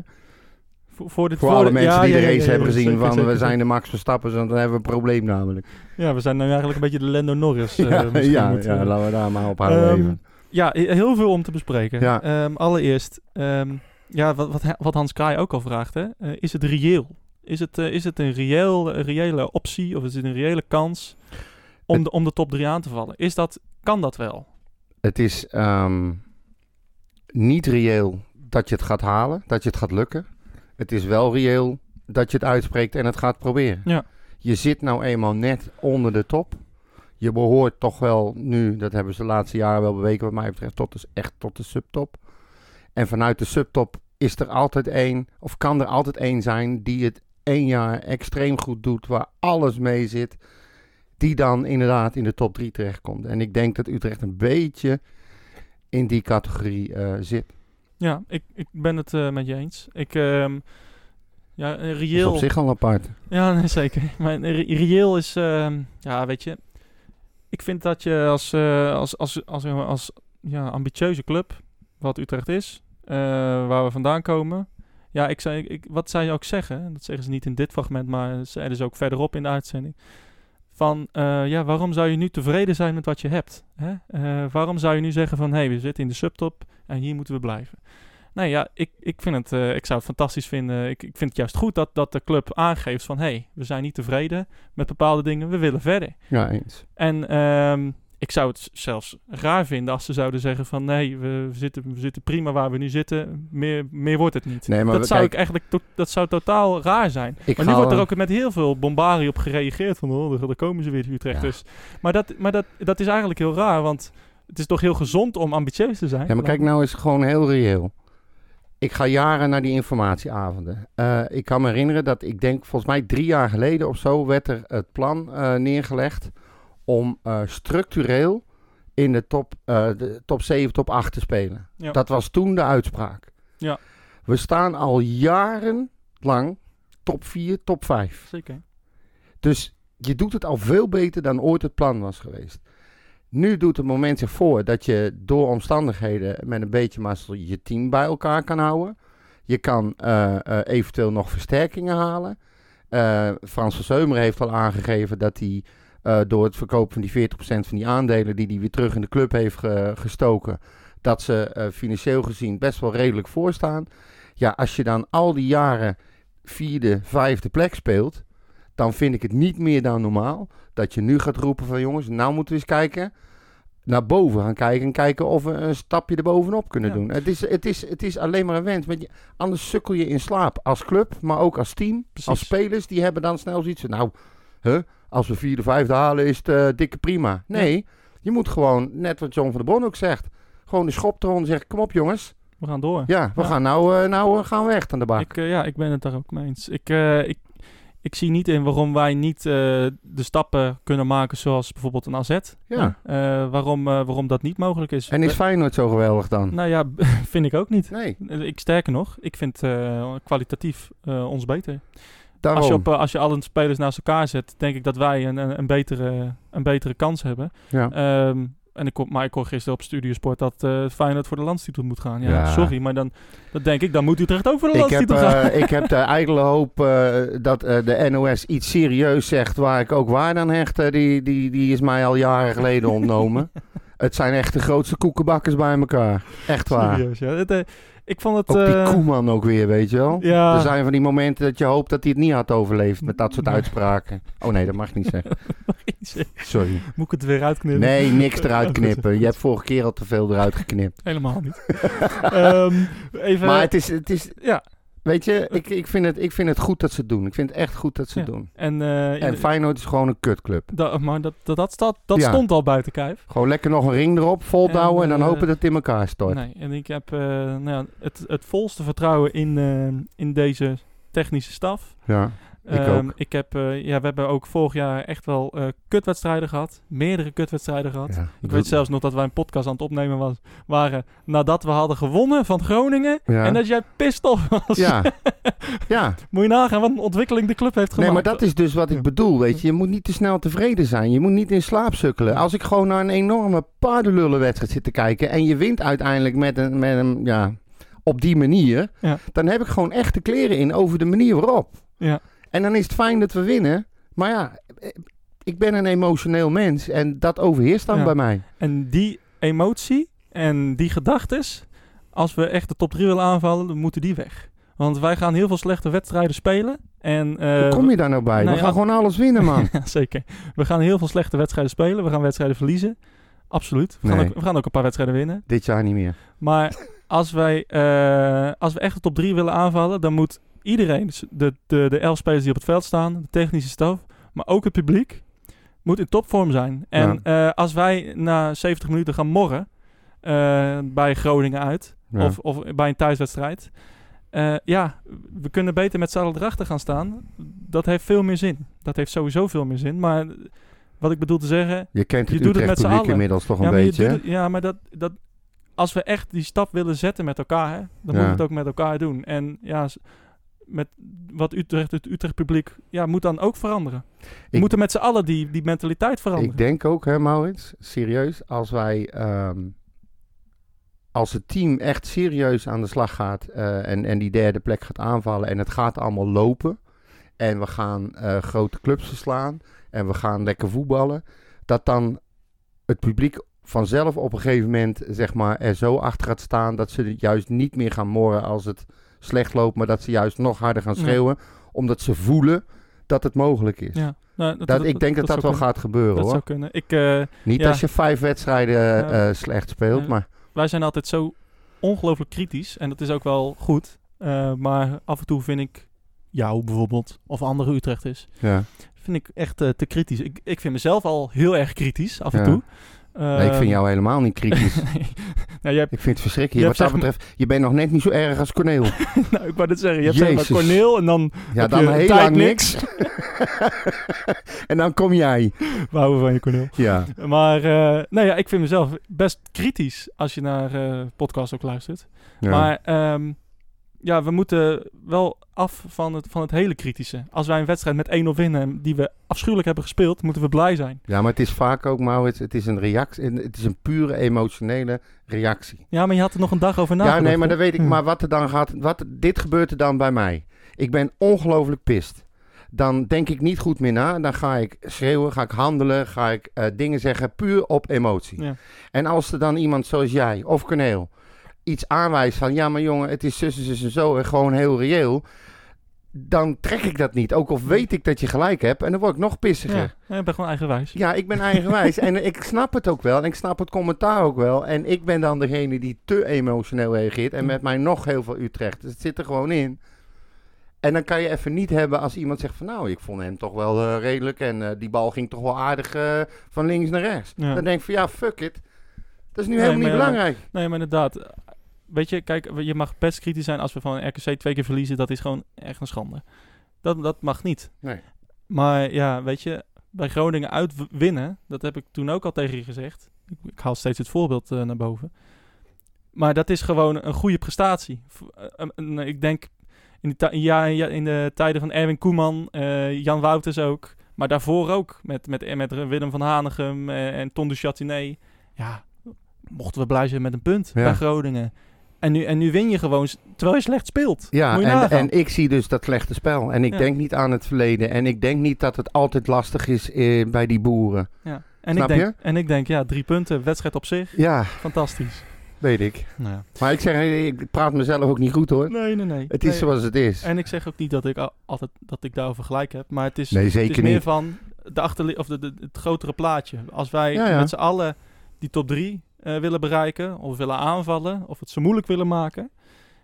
S2: Voor, voor, dit,
S3: Voor alle
S2: ja,
S3: mensen
S2: ja,
S3: die de
S2: ja, ja,
S3: race
S2: ja,
S3: hebben gezien,
S2: zeker,
S3: van we
S2: zeker,
S3: zijn de Max Verstappen, want dan hebben we een probleem namelijk.
S2: Ja, we zijn nu eigenlijk een beetje de Lando Norris. eh,
S3: ja,
S2: misschien
S3: ja,
S2: moeten we-
S3: ja, laten we daar maar op houden
S2: Ehm,
S3: even.
S2: Ja, he- heel veel om te bespreken.
S3: Ja.
S2: Ehm, allereerst, ehm, ja, wat, wat, hij- wat Hans Kraai ook al vraagt, hè, eh, is het reëel? Is het, eh, is het een, reëel, een reële optie of is het een reële kans om,
S3: Het-
S2: de, om de top 3 aan te vallen? Is dat, kan dat wel?
S3: Het is ehm, niet reëel dat je het gaat halen, dat je het gaat lukken. Het is wel reëel dat je het uitspreekt en het gaat proberen.
S2: Ja.
S3: Je zit nou eenmaal net onder de top. Je behoort toch wel nu, dat hebben ze de laatste jaren wel beweken wat mij betreft, tot de, echt tot de subtop. En vanuit de subtop is er altijd één, of kan er altijd één zijn, die het één jaar extreem goed doet, waar alles mee zit. Die dan inderdaad in de top drie terechtkomt. En ik denk dat Utrecht een beetje in die categorie eh, zit.
S2: Ja, ik, ik ben het eh, met je eens. Ik, ehm, ja, een
S3: Dat is
S2: reëel...
S3: op zich al apart.
S2: Ja, nee, zeker. Maar re- reëel is, ehm, ja, weet je. Ik vind dat je als, eh, als, als, als, als, ja, ambitieuze club, wat Utrecht is, eh, waar we vandaan komen. Ja, ik zei, ik, wat zij ook zeggen, dat zeggen ze niet in dit fragment, maar zeiden ze ook verderop in de uitzending. Van, eh, ja, waarom zou je nu tevreden zijn met wat je hebt? Hè? Eh, waarom zou je nu zeggen van, hé, hey, we zitten in de subtop en hier moeten we blijven? Nee, ja, ik, ik, vind het, eh, ik zou het fantastisch vinden. Ik, ik vind het juist goed dat, dat de club aangeeft van... hé, hey, we zijn niet tevreden met bepaalde dingen, we willen verder.
S3: Ja, eens.
S2: En ehm, ik zou het zelfs raar vinden als ze zouden zeggen van... nee, we, we zitten, we zitten prima waar we nu zitten, meer, meer wordt het niet.
S3: Nee, maar
S2: dat
S3: we-
S2: zou
S3: kijk-
S2: ik eigenlijk to- dat zou totaal raar zijn.
S3: Ik
S2: maar nu
S3: ga-
S2: wordt er ook met heel veel bombarie op gereageerd van... oh, daar- daar komen ze weer, die Utrechters. Maar, dat, maar dat, dat is eigenlijk heel raar, want... Het is toch heel gezond om ambitieus te zijn.
S3: Ja, maar kijk nou is gewoon heel reëel. Ik ga jaren naar die informatieavonden. Eh, ik kan me herinneren dat ik denk, volgens mij drie jaar geleden of zo, werd er het plan eh, neergelegd om eh, structureel in de top, eh, de top 7, top 8 te spelen.
S2: Ja.
S3: Dat was toen de uitspraak.
S2: Ja.
S3: We staan al jarenlang top 4, top 5.
S2: Zeker.
S3: Dus je doet het al veel beter dan ooit het plan was geweest. Nu doet het moment zich voor dat je door omstandigheden met een beetje mazzel je team bij elkaar kan houden. Je kan eh, eh, eventueel nog versterkingen halen. Eh, Frans van Zeumer heeft al aangegeven dat hij eh, door het verkoop van die 40% van die aandelen die hij weer terug in de club heeft ge- gestoken, dat ze eh, financieel gezien best wel redelijk voorstaan. Ja, als je dan al die jaren vierde, vijfde plek speelt, dan vind ik het niet meer dan normaal dat je nu gaat roepen van jongens, nou moeten we eens kijken naar boven gaan kijken en kijken of we een stapje erbovenop kunnen
S2: Ja.
S3: doen. Het is, het, is, het is alleen maar een wens. Want je, anders sukkel je in slaap als club, maar ook als team.
S2: Precies.
S3: Als spelers, die hebben dan snel zoiets van, nou, hè, als we vierde, vijfde halen is het eh, dikke prima. Nee, je moet gewoon, net wat John van der Bron ook zegt, gewoon de schop eronder zeggen, kom op jongens.
S2: We gaan door.
S3: Ja, we
S2: Ja.
S3: gaan nou, eh, nou eh, gaan we echt aan de bak.
S2: Ik, eh, ja, ik ben het daar ook mee eens. Ik, eh, ik, ik zie niet in waarom wij niet eh, de stappen kunnen maken zoals bijvoorbeeld een AZ.
S3: ja.
S2: Eh, waarom, eh, waarom dat niet mogelijk is. Eh,
S3: En is Feyenoord zo geweldig dan?
S2: Nou ja, vind ik ook niet. Eh,
S3: Nee,
S2: Ik sterker nog, ik vind eh, kwalitatief eh, ons beter.
S3: daarom.
S2: Als je, op, eh, als je alle spelers naast elkaar zet, denk ik dat wij een, een, een betere, een betere kans hebben.
S3: ja.
S2: Ehm, en ik, hoor- maar ik hoor gisteren op Studiosport dat eh Feyenoord voor de landstitel moet gaan. Ja,
S3: Ja.
S2: sorry, maar dan dat denk ik, dan moet Utrecht ook voor de
S3: Ik heb,
S2: landstitel gaan.
S3: eh, ik heb de ijdele hoop eh, dat eh, de NOS iets serieus zegt waar ik ook waarde aan hecht. eh, die, die, die is mij al jaren geleden ontnomen. Het zijn echt de grootste koekenbakkers bij elkaar. Echt waar.
S2: Serieus, ja. Het, eh, ik vond het...
S3: Ook die
S2: eh,
S3: Koeman ook weer, weet je wel.
S2: Ja,
S3: Er zijn van die momenten dat je hoopt dat hij het niet had overleefd met dat soort
S2: Nee.
S3: uitspraken. Oh nee, dat mag ik niet zeggen. Sorry.
S2: moet ik het weer uitknippen?
S3: Nee, niks eruit knippen. Je hebt vorige keer al te veel eruit geknipt.
S2: Helemaal niet. Ehm, even...
S3: Maar het is, het is
S2: Ja,
S3: weet je, ik, ik, vind het, ik vind het goed dat ze het doen. Ik vind het echt goed dat ze het
S2: Ja.
S3: doen.
S2: en... eh, in
S3: En
S2: de-
S3: Feyenoord is gewoon een kutclub.
S2: da- maar dat, dat, dat, staat- dat
S3: Ja.
S2: stond al buiten kijf.
S3: Gewoon lekker nog een ring erop, voldouwen en,
S2: En,
S3: dan
S2: eh,
S3: hopen dat het in elkaar stort.
S2: Nee, en ik heb eh, nou ja, het, het volste vertrouwen in, eh, in deze technische staf.
S3: Ja. Ik ook.
S2: Ik heb, eh, ja, we hebben ook vorig jaar echt wel eh, kutwedstrijden gehad. Meerdere kutwedstrijden gehad.
S3: ja.
S2: Ik weet zelfs nog dat wij een podcast aan het opnemen was, waren nadat we hadden gewonnen van Groningen.
S3: Ja.
S2: En dat jij pistof was.
S3: Ja. ja.
S2: Moet je nagaan wat een ontwikkeling de club heeft
S3: Nee,
S2: gemaakt.
S3: maar dat is dus wat ik
S2: Ja.
S3: bedoel, weet je. Je moet niet te snel tevreden zijn. Je moet niet in slaap sukkelen. Als ik gewoon naar een enorme paardenlullenwedstrijd zit te kijken... en je wint uiteindelijk met een, met een ja, op die manier...
S2: Ja.
S3: dan heb ik gewoon echte kleren in over de manier waarop.
S2: Ja.
S3: En dan is het fijn dat we winnen. Maar ja, eh, ik ben een emotioneel mens en dat overheerst dan
S2: Ja.
S3: bij mij.
S2: En die emotie en die gedachtes, als we echt de top 3 willen aanvallen, dan moeten die weg. Want wij gaan heel veel slechte wedstrijden spelen. En, eh,
S3: Hoe kom je daar nou bij?
S2: nou
S3: we gaan
S2: ja.
S3: gewoon alles winnen, man.
S2: Ja, zeker. We gaan heel veel slechte wedstrijden spelen. We gaan wedstrijden verliezen. Absoluut. We,
S3: Nee.
S2: gaan, ook, we gaan ook een paar wedstrijden winnen.
S3: Dit jaar niet meer.
S2: Maar als, wij, eh, als we echt de top 3 willen aanvallen, dan moet iedereen, dus de, de, de elf spelers die op het veld staan, de technische staf, maar ook het publiek, moet in topvorm zijn. En eh, als wij na 70 minuten gaan morren eh, bij Groningen uit,
S3: Ja.
S2: of, of bij een thuiswedstrijd, eh, ja, we kunnen beter met z'n allen erachter gaan staan. Dat heeft veel meer zin. Dat heeft sowieso veel meer zin. Maar wat ik bedoel te zeggen,
S3: je kent het
S2: je doet het
S3: Utrecht
S2: met z'n
S3: publiek
S2: allen.
S3: inmiddels toch een
S2: maar je
S3: beetje. hè?
S2: doet het- ja, maar dat, dat, als we echt die stap willen zetten met elkaar, hè, dan moeten we
S3: Ja.
S2: het ook met elkaar doen. En ja, s- met wat Utrecht, het Utrecht publiek, ja, moet dan ook veranderen. We
S3: Ik-
S2: moeten met z'n allen die, die mentaliteit veranderen.
S3: Ik denk ook, hè, Maurits, serieus, als wij. ehm, als het team echt serieus aan de slag gaat eh, en, en die derde plek gaat aanvallen en het gaat allemaal lopen. En we gaan eh, grote clubs verslaan en we gaan lekker voetballen. Dat dan het publiek vanzelf op een gegeven moment zeg maar, er zo achter gaat staan dat ze het juist niet meer gaan morren als het slecht loopt. Maar dat ze juist nog harder gaan
S2: Ja.
S3: schreeuwen. Omdat ze voelen dat het mogelijk is.
S2: ja. Nou, dat,
S3: Dat, ik denk dat
S2: zou
S3: dat, wel
S2: kunnen.
S3: gaat gebeuren
S2: Dat
S3: hoor.
S2: zou kunnen. Ik, eh,
S3: Niet
S2: Ja.
S3: als je vijf wedstrijden
S2: Ja.
S3: eh, slecht speelt,
S2: Ja.
S3: maar
S2: wij zijn altijd zo ongelooflijk kritisch en dat is ook wel goed. Eh, maar af en toe vind ik jou bijvoorbeeld, of andere Utrecht is,
S3: ja.
S2: vind ik echt eh, te kritisch. Ik, ik vind mezelf al heel erg kritisch af en
S3: Ja.
S2: toe.
S3: Nee, ik vind
S2: Ehm,
S3: jou helemaal niet kritisch.
S2: nou, je hebt,
S3: ik vind het
S2: Je
S3: verschrikkelijk. Wat dat
S2: hebt
S3: betreft, je bent nog net niet zo erg als Corneel.
S2: nou, ik wou dit zeggen. Je hebt zeg maar
S3: Jezus.
S2: Corneel en dan
S3: Ja,
S2: heb
S3: dan
S2: je
S3: heel
S2: tijd
S3: lang niks. en dan kom jij.
S2: We houden van je, Corneel.
S3: Ja.
S2: Maar eh, nou ja, ik vind mezelf best kritisch als je naar eh podcasts ook luistert.
S3: Ja.
S2: Maar ehm, ja, we moeten wel af van het, van het hele kritische. Als wij een wedstrijd met 1-0 winnen en die we afschuwelijk hebben gespeeld, moeten we blij zijn.
S3: ja, maar het is vaak ook, Maurits, het is een reactie. Het is een pure emotionele reactie.
S2: Ja, maar je had er nog een dag over nagedacht.
S3: Ja, nee, maar dat weet ik.
S2: Hm.
S3: Maar wat er dan gaat. Wat, dit gebeurt er dan bij mij. Ik ben ongelooflijk pist. Dan denk ik niet goed meer na. Dan ga ik schreeuwen, ga ik handelen, ga ik eh, dingen zeggen puur op emotie.
S2: Ja.
S3: En als er dan iemand zoals jij of Corneel iets aanwijst van... ja, maar jongen, het is zus en zus en zo en gewoon heel reëel... dan trek ik dat niet. Ook al weet ik dat je gelijk hebt en dan word ik nog pissiger.
S2: Ja, ja, ik ben gewoon eigenwijs.
S3: Ja, ik ben eigenwijs en ik snap het ook wel. En ik snap het commentaar ook wel. En ik ben dan degene die te emotioneel reageert. En met mij nog heel veel Utrecht. Dus het zit er gewoon in. En dan kan je even niet hebben als iemand zegt van... nou, ik vond hem toch wel eh, redelijk. En eh, die bal ging toch wel aardig eh, van links naar rechts.
S2: Ja.
S3: Dan denk ik van ja, eh, fuck it. Dat is nu
S2: Nee,
S3: helemaal niet
S2: maar ja,
S3: belangrijk.
S2: Nee, maar inderdaad. Weet je, kijk, je mag best kritisch zijn als we van RKC twee keer verliezen. Dat is gewoon echt een schande. Dat, dat mag niet.
S3: Nee.
S2: Maar ja, weet je, bij Groningen uitwinnen, dat heb ik toen ook al tegen je gezegd. Ik, ik haal steeds het voorbeeld eh, naar boven. Maar dat is gewoon een goede prestatie. V- eh, eh, een- ik denk in de, ti- ja, ja, in de tijden van Erwin Koeman, eh, Jan Wouters ook. Maar daarvoor ook, met, met, met Willem van Hanegem eh, en Ton de Châtinet. Ja, mochten we blij zijn met een punt
S3: Ja.
S2: bij Groningen. En nu, en nu win je gewoon, s- terwijl je slecht speelt.
S3: Ja,
S2: Moet je
S3: en,
S2: nagaan.
S3: en ik zie dus dat slechte spel. En ik
S2: Ja.
S3: denk niet aan het verleden. En ik denk niet dat het altijd lastig is eh, bij die boeren.
S2: ja. en
S3: snap
S2: ik denk, En ik denk, ja, drie punten, wedstrijd op zich,
S3: Ja,
S2: fantastisch.
S3: weet ik.
S2: Nou ja.
S3: Maar ik zeg, ik praat mezelf ook niet goed hoor.
S2: Nee, nee, nee.
S3: Het is
S2: Nee.
S3: zoals het is.
S2: En ik zeg ook niet dat ik al- altijd dat ik daarover gelijk heb, maar het is,
S3: nee,
S2: het
S3: zeker
S2: is meer
S3: niet.
S2: van de achterli of de, de- het grotere plaatje. Als wij
S3: Ja, ja.
S2: met z'n allen die top drie eh, willen bereiken, of willen aanvallen, of het zo moeilijk willen maken,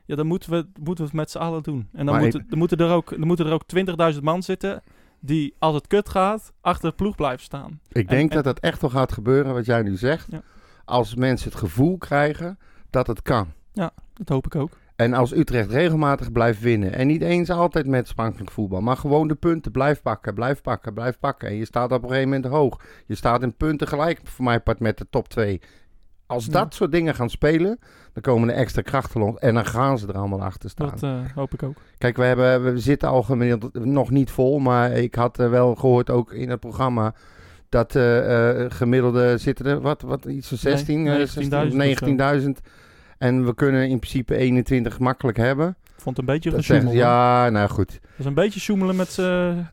S2: ja, dan moeten we, moeten we het met z'n allen doen. En dan,
S3: Maar
S2: moeten, dan moeten er ook, dan moeten er ook 20.000 man zitten die, als het kut gaat, achter de ploeg blijven staan.
S3: Ik denk
S2: en-
S3: dat dat echt wel gaat gebeuren, wat jij nu zegt.
S2: Ja.
S3: Als mensen het gevoel krijgen dat het kan.
S2: Dat hoop ik ook.
S3: En als Utrecht regelmatig blijft winnen. En niet eens altijd met spankelijk voetbal. Maar gewoon de punten. Blijf pakken, blijf pakken, blijf pakken. En je staat op een gegeven moment hoog. Je staat in punten gelijk, voor mij part, met de top 2. Als
S2: Ja.
S3: dat soort dingen gaan spelen, dan komen er extra krachten los. En dan gaan ze er allemaal achter staan.
S2: Dat eh, hoop ik ook.
S3: Kijk, we, hebben, we zitten al gemiddeld nog niet vol, maar ik had eh, wel gehoord ook in het programma dat eh, eh, gemiddelde zitten er, wat, wat iets van
S2: Nee,
S3: 16, eh,
S2: 19.000
S3: 16, 19.000. En we kunnen in principe 21 makkelijk hebben.
S2: Ik vond het een beetje
S3: Dat zegt,
S2: gesjoemel. hoor.
S3: ja, nou goed.
S2: Dat is een beetje sjoemelen met z'n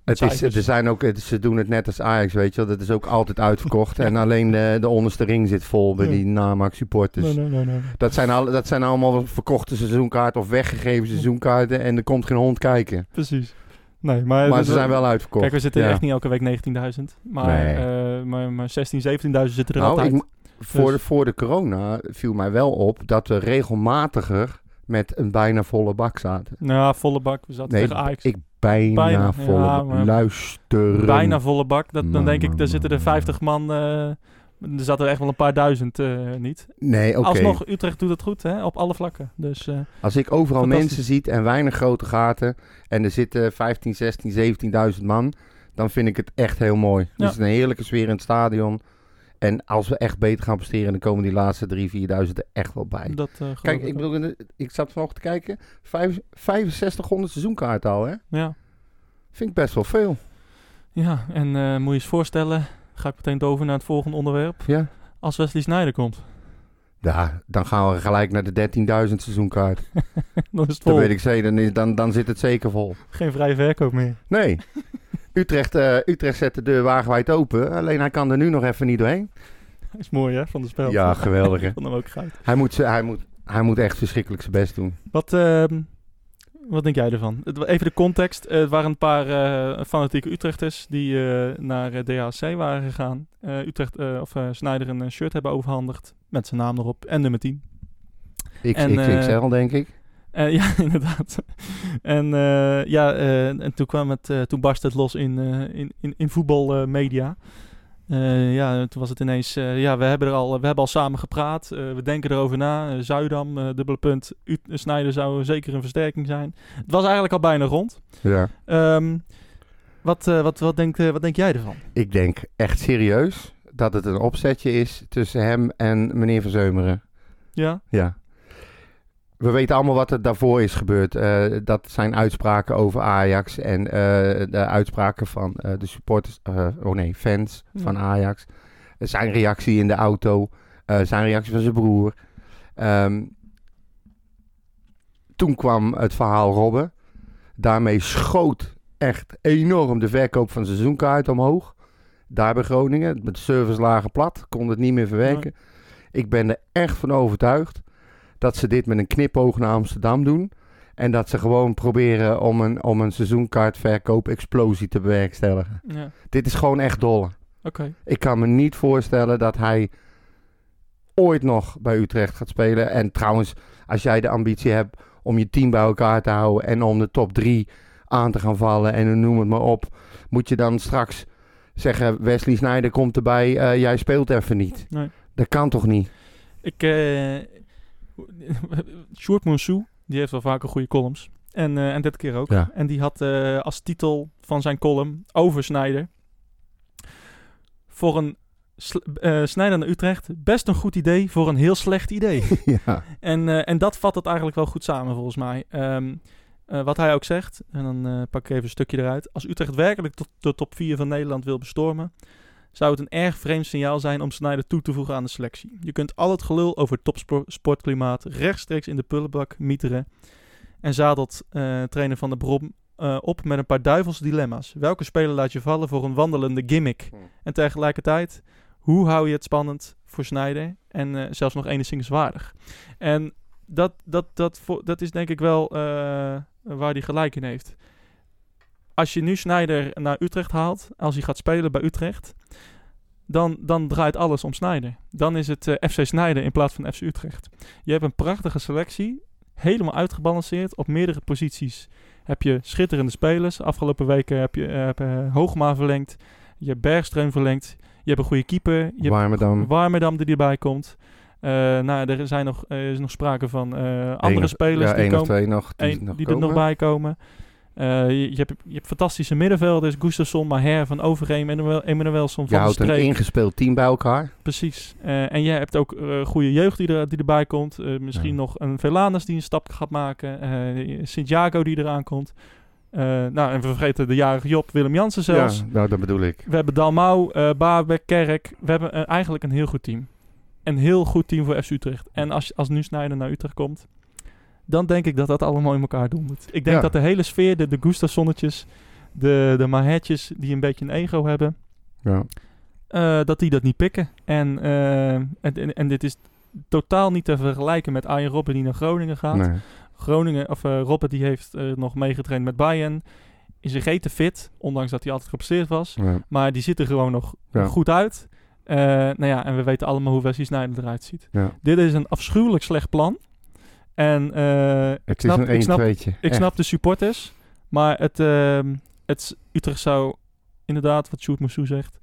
S3: Het is,
S2: cijfers.
S3: er zijn ook, het- ze doen het net als Ajax, weet je wel. Dat is ook altijd uitverkocht. En alleen de, de onderste ring zit vol bij
S2: Ja.
S3: die Namax supporters.
S2: Nee, nee, nee, nee.
S3: Dat, zijn al, dat zijn allemaal verkochte seizoenkaarten of weggegeven seizoenkaarten. En er komt geen hond kijken.
S2: Precies. Nee, maar,
S3: Maar
S2: dat-
S3: ze zijn wel uitverkocht.
S2: Kijk, we zitten
S3: Ja.
S2: echt niet elke week 19.000. Maar,
S3: Nee.
S2: eh, maar, maar 16, 17.000 zitten er
S3: Nou,
S2: altijd.
S3: ik, mo- voor,
S2: Dus-
S3: de, voor de corona viel mij wel op dat we regelmatiger met een bijna volle bak zaten.
S2: Nou, volle bak. We zaten
S3: Nee,
S2: tegen Ajax.
S3: Ik bijna,
S2: Bijna,
S3: volle
S2: ja,
S3: bak.
S2: maar-
S3: Luisteren.
S2: Bijna volle bak. Dat, dan
S3: Man,
S2: denk ik,
S3: man,
S2: daar zitten er
S3: man.
S2: 50 man... eh, er zaten er echt wel een paar duizend eh, niet.
S3: Nee, oké.
S2: Alsnog, Utrecht doet het goed, hè? Op alle vlakken. Dus eh,
S3: Als ik overal
S2: Fantastisch.
S3: mensen zie en weinig grote gaten en er zitten 15, 16, 17.000 man, dan vind ik het echt heel mooi. Dus
S2: Ja.
S3: Het is een heerlijke sfeer in het stadion. En als we echt beter gaan presteren, dan komen die laatste 3, 4.000 er echt wel bij.
S2: dat... eh, geloof
S3: Kijk, ik
S2: ook.
S3: bedoel, in de- ik zat vanochtend te kijken, vijf- 6500 seizoenkaarten al, hè?
S2: Ja.
S3: Vind ik best wel veel.
S2: ja, en eh, moet je eens voorstellen... Ga ik meteen over naar het volgende onderwerp.
S3: Ja.
S2: Als Wesley Sneijder komt,
S3: Ja, dan gaan we gelijk naar de 13.000 seizoenkaart.
S2: dan is het
S3: Dan
S2: vol.
S3: weet ik zeker, dan, is- dan, dan zit het zeker vol.
S2: Geen vrije verkoop meer.
S3: Nee, Utrecht, eh, Utrecht zet de deur wagenwijd open. Alleen hij kan er nu nog even niet doorheen.
S2: Dat is mooi, hè? Van de spel.
S3: Ja, geweldig hè.
S2: Ik vond hem ook goud.
S3: Hij moet, ze- hij, moet, hij moet echt verschrikkelijk zijn best doen.
S2: Wat, ehm, wat denk jij ervan? Het wa- Even de context. Eh, Er waren een paar eh, fanatieke Utrechters die eh, naar eh, DHC waren gegaan. Eh, Utrecht eh, of eh Snijder een eh, shirt hebben overhandigd. Met zijn naam erop en nummer 10.
S3: X,
S2: En, eh,
S3: XXL denk ik.
S2: Eh, ja, inderdaad. en, eh, ja, eh, en toen, kwam het, eh, toen barstte het los in, eh, in, in, in voetbalmedia. Eh, ja, toen was het ineens, eh, ja, we hebben er al, we hebben al samen gepraat. eh, we denken erover na. Eh, Zuidam, eh dubbele punt. U Snijder zou zeker een versterking zijn. Het was eigenlijk al bijna rond.
S3: Ja.
S2: Ehm, wat, eh, wat, wat, denkt, eh, wat denk jij ervan?
S3: Ik denk echt serieus dat het een opzetje is tussen hem en meneer Van Zeumeren.
S2: Ja?
S3: Ja. We weten allemaal wat er daarvoor is gebeurd. Eh, dat zijn uitspraken over Ajax en eh, de uitspraken van eh, de supporters, eh, oh nee, fans
S2: Ja.
S3: van Ajax. Eh, Zijn reactie in de auto, eh, zijn reactie van zijn broer. Ehm, toen kwam het verhaal Robben. Daarmee schoot echt enorm de verkoop van seizoenkaart omhoog. Daar bij Groningen, met de service lagen plat, kon het niet meer verwerken. Ik ben er echt van overtuigd dat ze dit met een knipoog naar Amsterdam doen. En dat ze gewoon proberen om een, om een seizoenkaartverkoop-explosie te bewerkstelligen.
S2: Ja, oké.
S3: Dit is gewoon echt dolle. Ik kan me niet voorstellen dat hij ooit nog bij Utrecht gaat spelen. En trouwens, als jij de ambitie hebt om je team bij elkaar te houden en om de top drie aan te gaan vallen en noem het maar op, moet je dan straks zeggen: Wesley Sneijder komt erbij, eh, jij speelt even niet.
S2: Nee.
S3: Dat kan toch niet?
S2: Ik, eh Sjoerd Moussou, die heeft wel vaker goede columns. En, eh, en dit keer ook.
S3: Ja.
S2: En die had eh, als titel van zijn column Oversnijder. Voor een sl- eh, snijder naar Utrecht, best een goed idee voor een heel slecht idee.
S3: ja.
S2: En, eh, en dat vat het eigenlijk wel goed samen, volgens mij. Ehm, eh, wat hij ook zegt, en dan eh, pak ik even een stukje eruit. Als Utrecht werkelijk tot de top 4 van Nederland wil bestormen, zou het een erg vreemd signaal zijn om Snyder toe te voegen aan de selectie. Je kunt al het gelul over topsportklimaat rechtstreeks in de prullenbak mieteren. En zadelt eh, trainer Van der Brom eh, op met een paar duivelse dilemma's. Welke speler laat je vallen voor een wandelende gimmick?
S3: Hmm.
S2: En tegelijkertijd, hoe hou je het spannend voor Snyder en eh, zelfs nog enigszins waardig? En dat, dat, dat, vo- dat is denk ik wel eh, waar hij gelijk in heeft. Als je nu Snyder naar Utrecht haalt, als hij gaat spelen bij Utrecht, dan, dan draait alles om Snyder. Dan is het eh, FC Snyder in plaats van FC Utrecht. Je hebt een prachtige selectie, helemaal uitgebalanceerd op meerdere posities. Heb je schitterende spelers. Afgelopen weken heb je eh, heb, eh, Hoogma verlengd, je hebt Bergström verlengd, je hebt een goede keeper, je hebt
S3: Warmerdam.
S2: Warmerdam die erbij komt. Eh, nou, er, zijn nog, er is nog sprake van eh, andere
S3: Eén-
S2: spelers
S3: ja,
S2: die,
S3: één
S2: komen,
S3: of twee nog, die,
S2: één-
S3: nog
S2: die er
S3: komen.
S2: nog bij komen. Eh, je, je hebt, je hebt fantastische middenvelders. Gustafsson, Maher, Van Overheem, Emmanuel- Emmanuelsson,
S3: Je
S2: Van der
S3: houdt een
S2: Streek.
S3: ingespeeld team bij elkaar.
S2: Precies. Eh, en jij hebt ook eh, goede jeugd die, er, die erbij komt. Eh, misschien
S3: Ja.
S2: nog een Velanus die een stap gaat maken. eh Santiago die eraan komt. Eh, nou, en we vergeten de jarige Job, Willem Jansen zelfs.
S3: Ja, nou, dat bedoel ik.
S2: We hebben Dalmau, eh Baarbek, Kerk. We hebben eh, eigenlijk een heel goed team. Een heel goed team voor FC Utrecht. En als, als nu Sneijder naar Utrecht komt, dan denk ik dat dat allemaal in elkaar dondert. Ik denk
S3: Ja.
S2: dat de hele sfeer, de, de Gustafsonnetjes, de, de Mahetjes die een beetje een ego hebben,
S3: Ja.
S2: eh, dat die dat niet pikken. En, eh, en, en, en dit is totaal niet te vergelijken met Arjen Robben die naar Groningen gaat.
S3: Nee.
S2: Groningen, of eh Robben die heeft eh, nog meegetraind met Bayern. Is een rete fit, ondanks dat hij altijd geblesseerd was.
S3: Ja.
S2: Maar die ziet er gewoon nog
S3: Ja.
S2: goed uit. Eh, nou ja, en we weten allemaal hoe Wesley Sneijder eruit ziet.
S3: Ja.
S2: Dit is een afschuwelijk slecht plan. En eh, ik,
S3: Het
S2: snap,
S3: is
S2: ik,
S3: een
S2: snap,
S3: 1-2'tje.
S2: ik
S3: Echt.
S2: snap de supporters. Maar het, ehm, het, s- Utrecht zou inderdaad, wat Sjoerd Moussou zegt,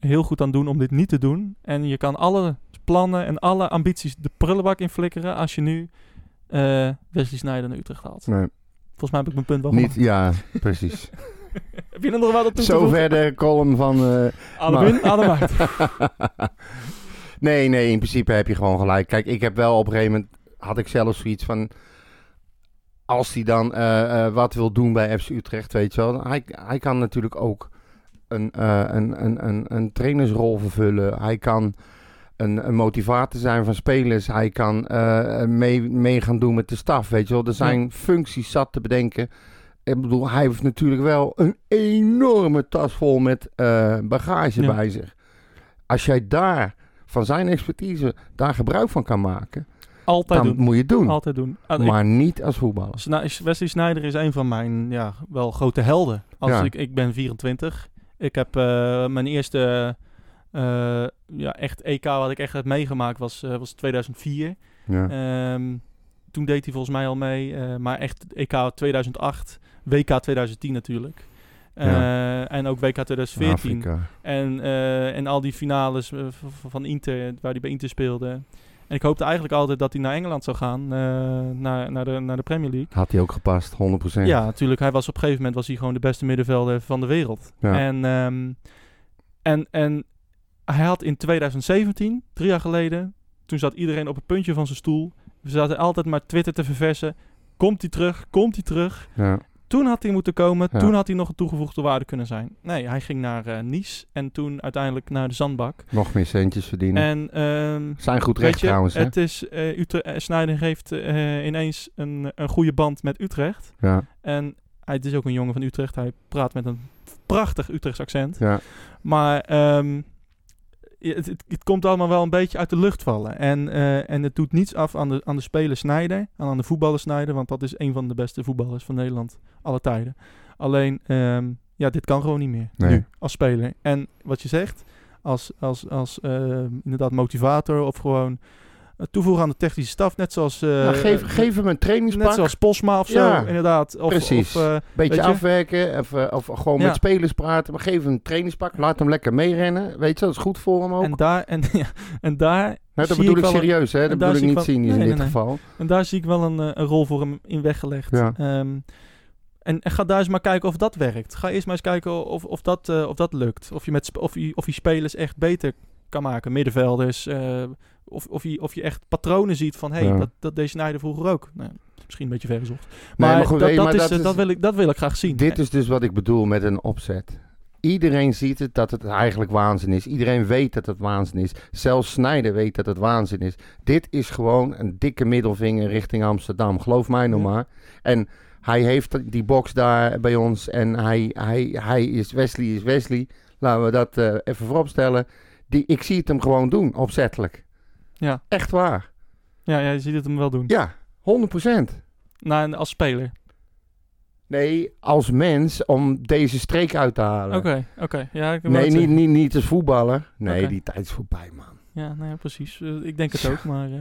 S2: heel goed aan doen om dit niet te doen. En je kan alle plannen en alle ambities de prullenbak in flikkeren als je nu eh, Wesley Sneijder naar Utrecht haalt.
S3: Nee,
S2: Volgens mij heb ik mijn punt wel
S3: niet, ja, precies.
S2: gemaakt. Heb je er nog wat aan toe te
S3: Zo
S2: voegen?
S3: ver de column van... eh,
S2: Adem
S3: maar-
S2: in, adem uit.
S3: nee, nee, in principe heb je gewoon gelijk. Kijk, ik heb wel op een gegeven moment... Had ik zelf zoiets van... Als hij dan eh, eh, wat wil doen bij FC Utrecht, weet je wel. Hij, hij kan natuurlijk ook een, eh, een, een, een, een trainersrol vervullen. Hij kan een, een motivator zijn van spelers. Hij kan eh, mee, mee gaan doen met de staf, weet je wel. Er zijn functies zat te bedenken. Ik bedoel, hij heeft natuurlijk wel een enorme tas vol met eh, bagage
S2: Ja.
S3: bij zich. Als jij daar van zijn expertise daar gebruik van kan maken,
S2: Altijd
S3: dan
S2: doen.
S3: moet je het doen.
S2: Altijd doen. Ah, ik-
S3: maar niet als voetballer.
S2: Sna- Wesley Sneijder is een van mijn ja, wel grote helden. Als
S3: Ja.
S2: ik, ik ben 24. Ik heb eh, mijn eerste eh, ja, echt EK wat ik echt heb meegemaakt was, eh, was 2004.
S3: Ja.
S2: Ehm, toen E deed hij volgens mij al mee. eh, maar echt EK 2008, WK 2010 natuurlijk. Eh, En ook WK 2014.
S3: Afrika.
S2: En, eh, en al die finales eh, v- v- van Inter, waar hij bij Inter speelde. En ik hoopte eigenlijk altijd dat hij naar Engeland zou gaan, eh, naar, naar, de, naar de Premier League.
S3: Had hij ook gepast, 100%.
S2: Ja, natuurlijk. Hij was op een gegeven moment was hij gewoon de beste middenvelder van de wereld.
S3: Ja.
S2: En, ehm, en, en hij had in 2017, drie jaar geleden, toen zat iedereen op het puntje van zijn stoel. We zaten altijd maar Twitter te verversen. Komt hij terug? Komt hij terug?
S3: Ja.
S2: Toen had hij moeten komen.
S3: Ja.
S2: Toen had hij nog een toegevoegde waarde kunnen zijn. Nee, hij ging naar eh, Nice en toen uiteindelijk naar de Zandbak.
S3: Nog meer centjes verdienen.
S2: En ehm,
S3: Zijn goed
S2: weet
S3: recht
S2: je,
S3: trouwens, hè?
S2: het is, eh Utrecht, eh, Sneijder heeft eh, ineens een, een goede band met Utrecht.
S3: Ja,
S2: En hij het is ook een jongen van Utrecht. Hij praat met een prachtig Utrechts accent.
S3: ja.
S2: Maar ehm, ja, het, het, het komt allemaal wel een beetje uit de lucht vallen. En, eh, en het doet niets af aan de, aan de speler Snijder. En aan de voetballer Snijder. Want dat is een van de beste voetballers van Nederland. Alle tijden. Alleen, ehm, ja, dit kan gewoon niet meer.
S3: Nee.
S2: Nu, als speler. En wat je zegt, als, als, als ehm, inderdaad motivator of gewoon... eh, Toevoegen aan de technische staf, net zoals, eh,
S3: Nou, geef,
S2: eh,
S3: geef hem een trainingspak.
S2: net zoals Posma of zo,
S3: Ja,
S2: inderdaad. Of,
S3: precies.
S2: Of, eh,
S3: beetje
S2: Weet je?
S3: afwerken of, eh, of gewoon
S2: Ja.
S3: met spelers praten. Maar geef hem een trainingspak. Laat hem lekker meerennen. Weet je, dat is goed voor hem ook.
S2: En daar, en, ja, en, daar,
S3: nou, dat
S2: zie
S3: bedoel
S2: ik
S3: ik
S2: wel een-
S3: serieus, hè?
S2: en
S3: Dat
S2: daar
S3: bedoel ik
S2: zie ik
S3: niet
S2: wel-
S3: cynisch in
S2: Nee,
S3: dit
S2: nee, nee.
S3: geval.
S2: en daar zie ik wel een, eh, een rol voor hem in weggelegd.
S3: Ja.
S2: Ehm, en, en ga daar eens maar kijken of dat werkt. Ga eerst maar eens kijken of, of, dat, eh, of dat lukt. Of je, met, sp- of, je, of je spelers echt beter kan maken. Middenvelders. eh, of, of, je, of je echt patronen ziet van... hé, hey,
S3: Ja.
S2: dat, dat deed Sneijder vroeger ook. Nou, misschien een beetje ver gezocht. Maar,
S3: Nee, goed,
S2: dat,
S3: hey,
S2: dat,
S3: maar
S2: is,
S3: dat
S2: eh,
S3: is-
S2: dat, wil ik, dat wil ik graag zien.
S3: Dit is dus wat ik bedoel met een opzet. Iedereen ziet het dat het eigenlijk waanzin is. Iedereen weet dat het waanzin is. Zelfs Snijder weet dat het waanzin is. Dit is gewoon een dikke middelvinger richting Amsterdam. Geloof mij nog
S2: Ja.
S3: maar. En hij heeft die box daar bij ons. En hij, hij, hij is Wesley, is Wesley. Laten we dat eh, even vooropstellen. Die, ik zie het hem gewoon doen, opzettelijk.
S2: Ja.
S3: Echt waar.
S2: Ja, ja, je ziet het hem wel doen.
S3: Ja, 100%.
S2: Nou, en als speler.
S3: Nee, als mens om deze streek uit te halen.
S2: Oké, oké. Ja, ik wil
S3: Nee,
S2: het
S3: niet,
S2: zeggen.
S3: niet, niet als voetballer. Nee,
S2: Oké.
S3: die tijd is voorbij, man.
S2: Ja, nou ja, precies. Eh, ik denk het ook, maar... eh.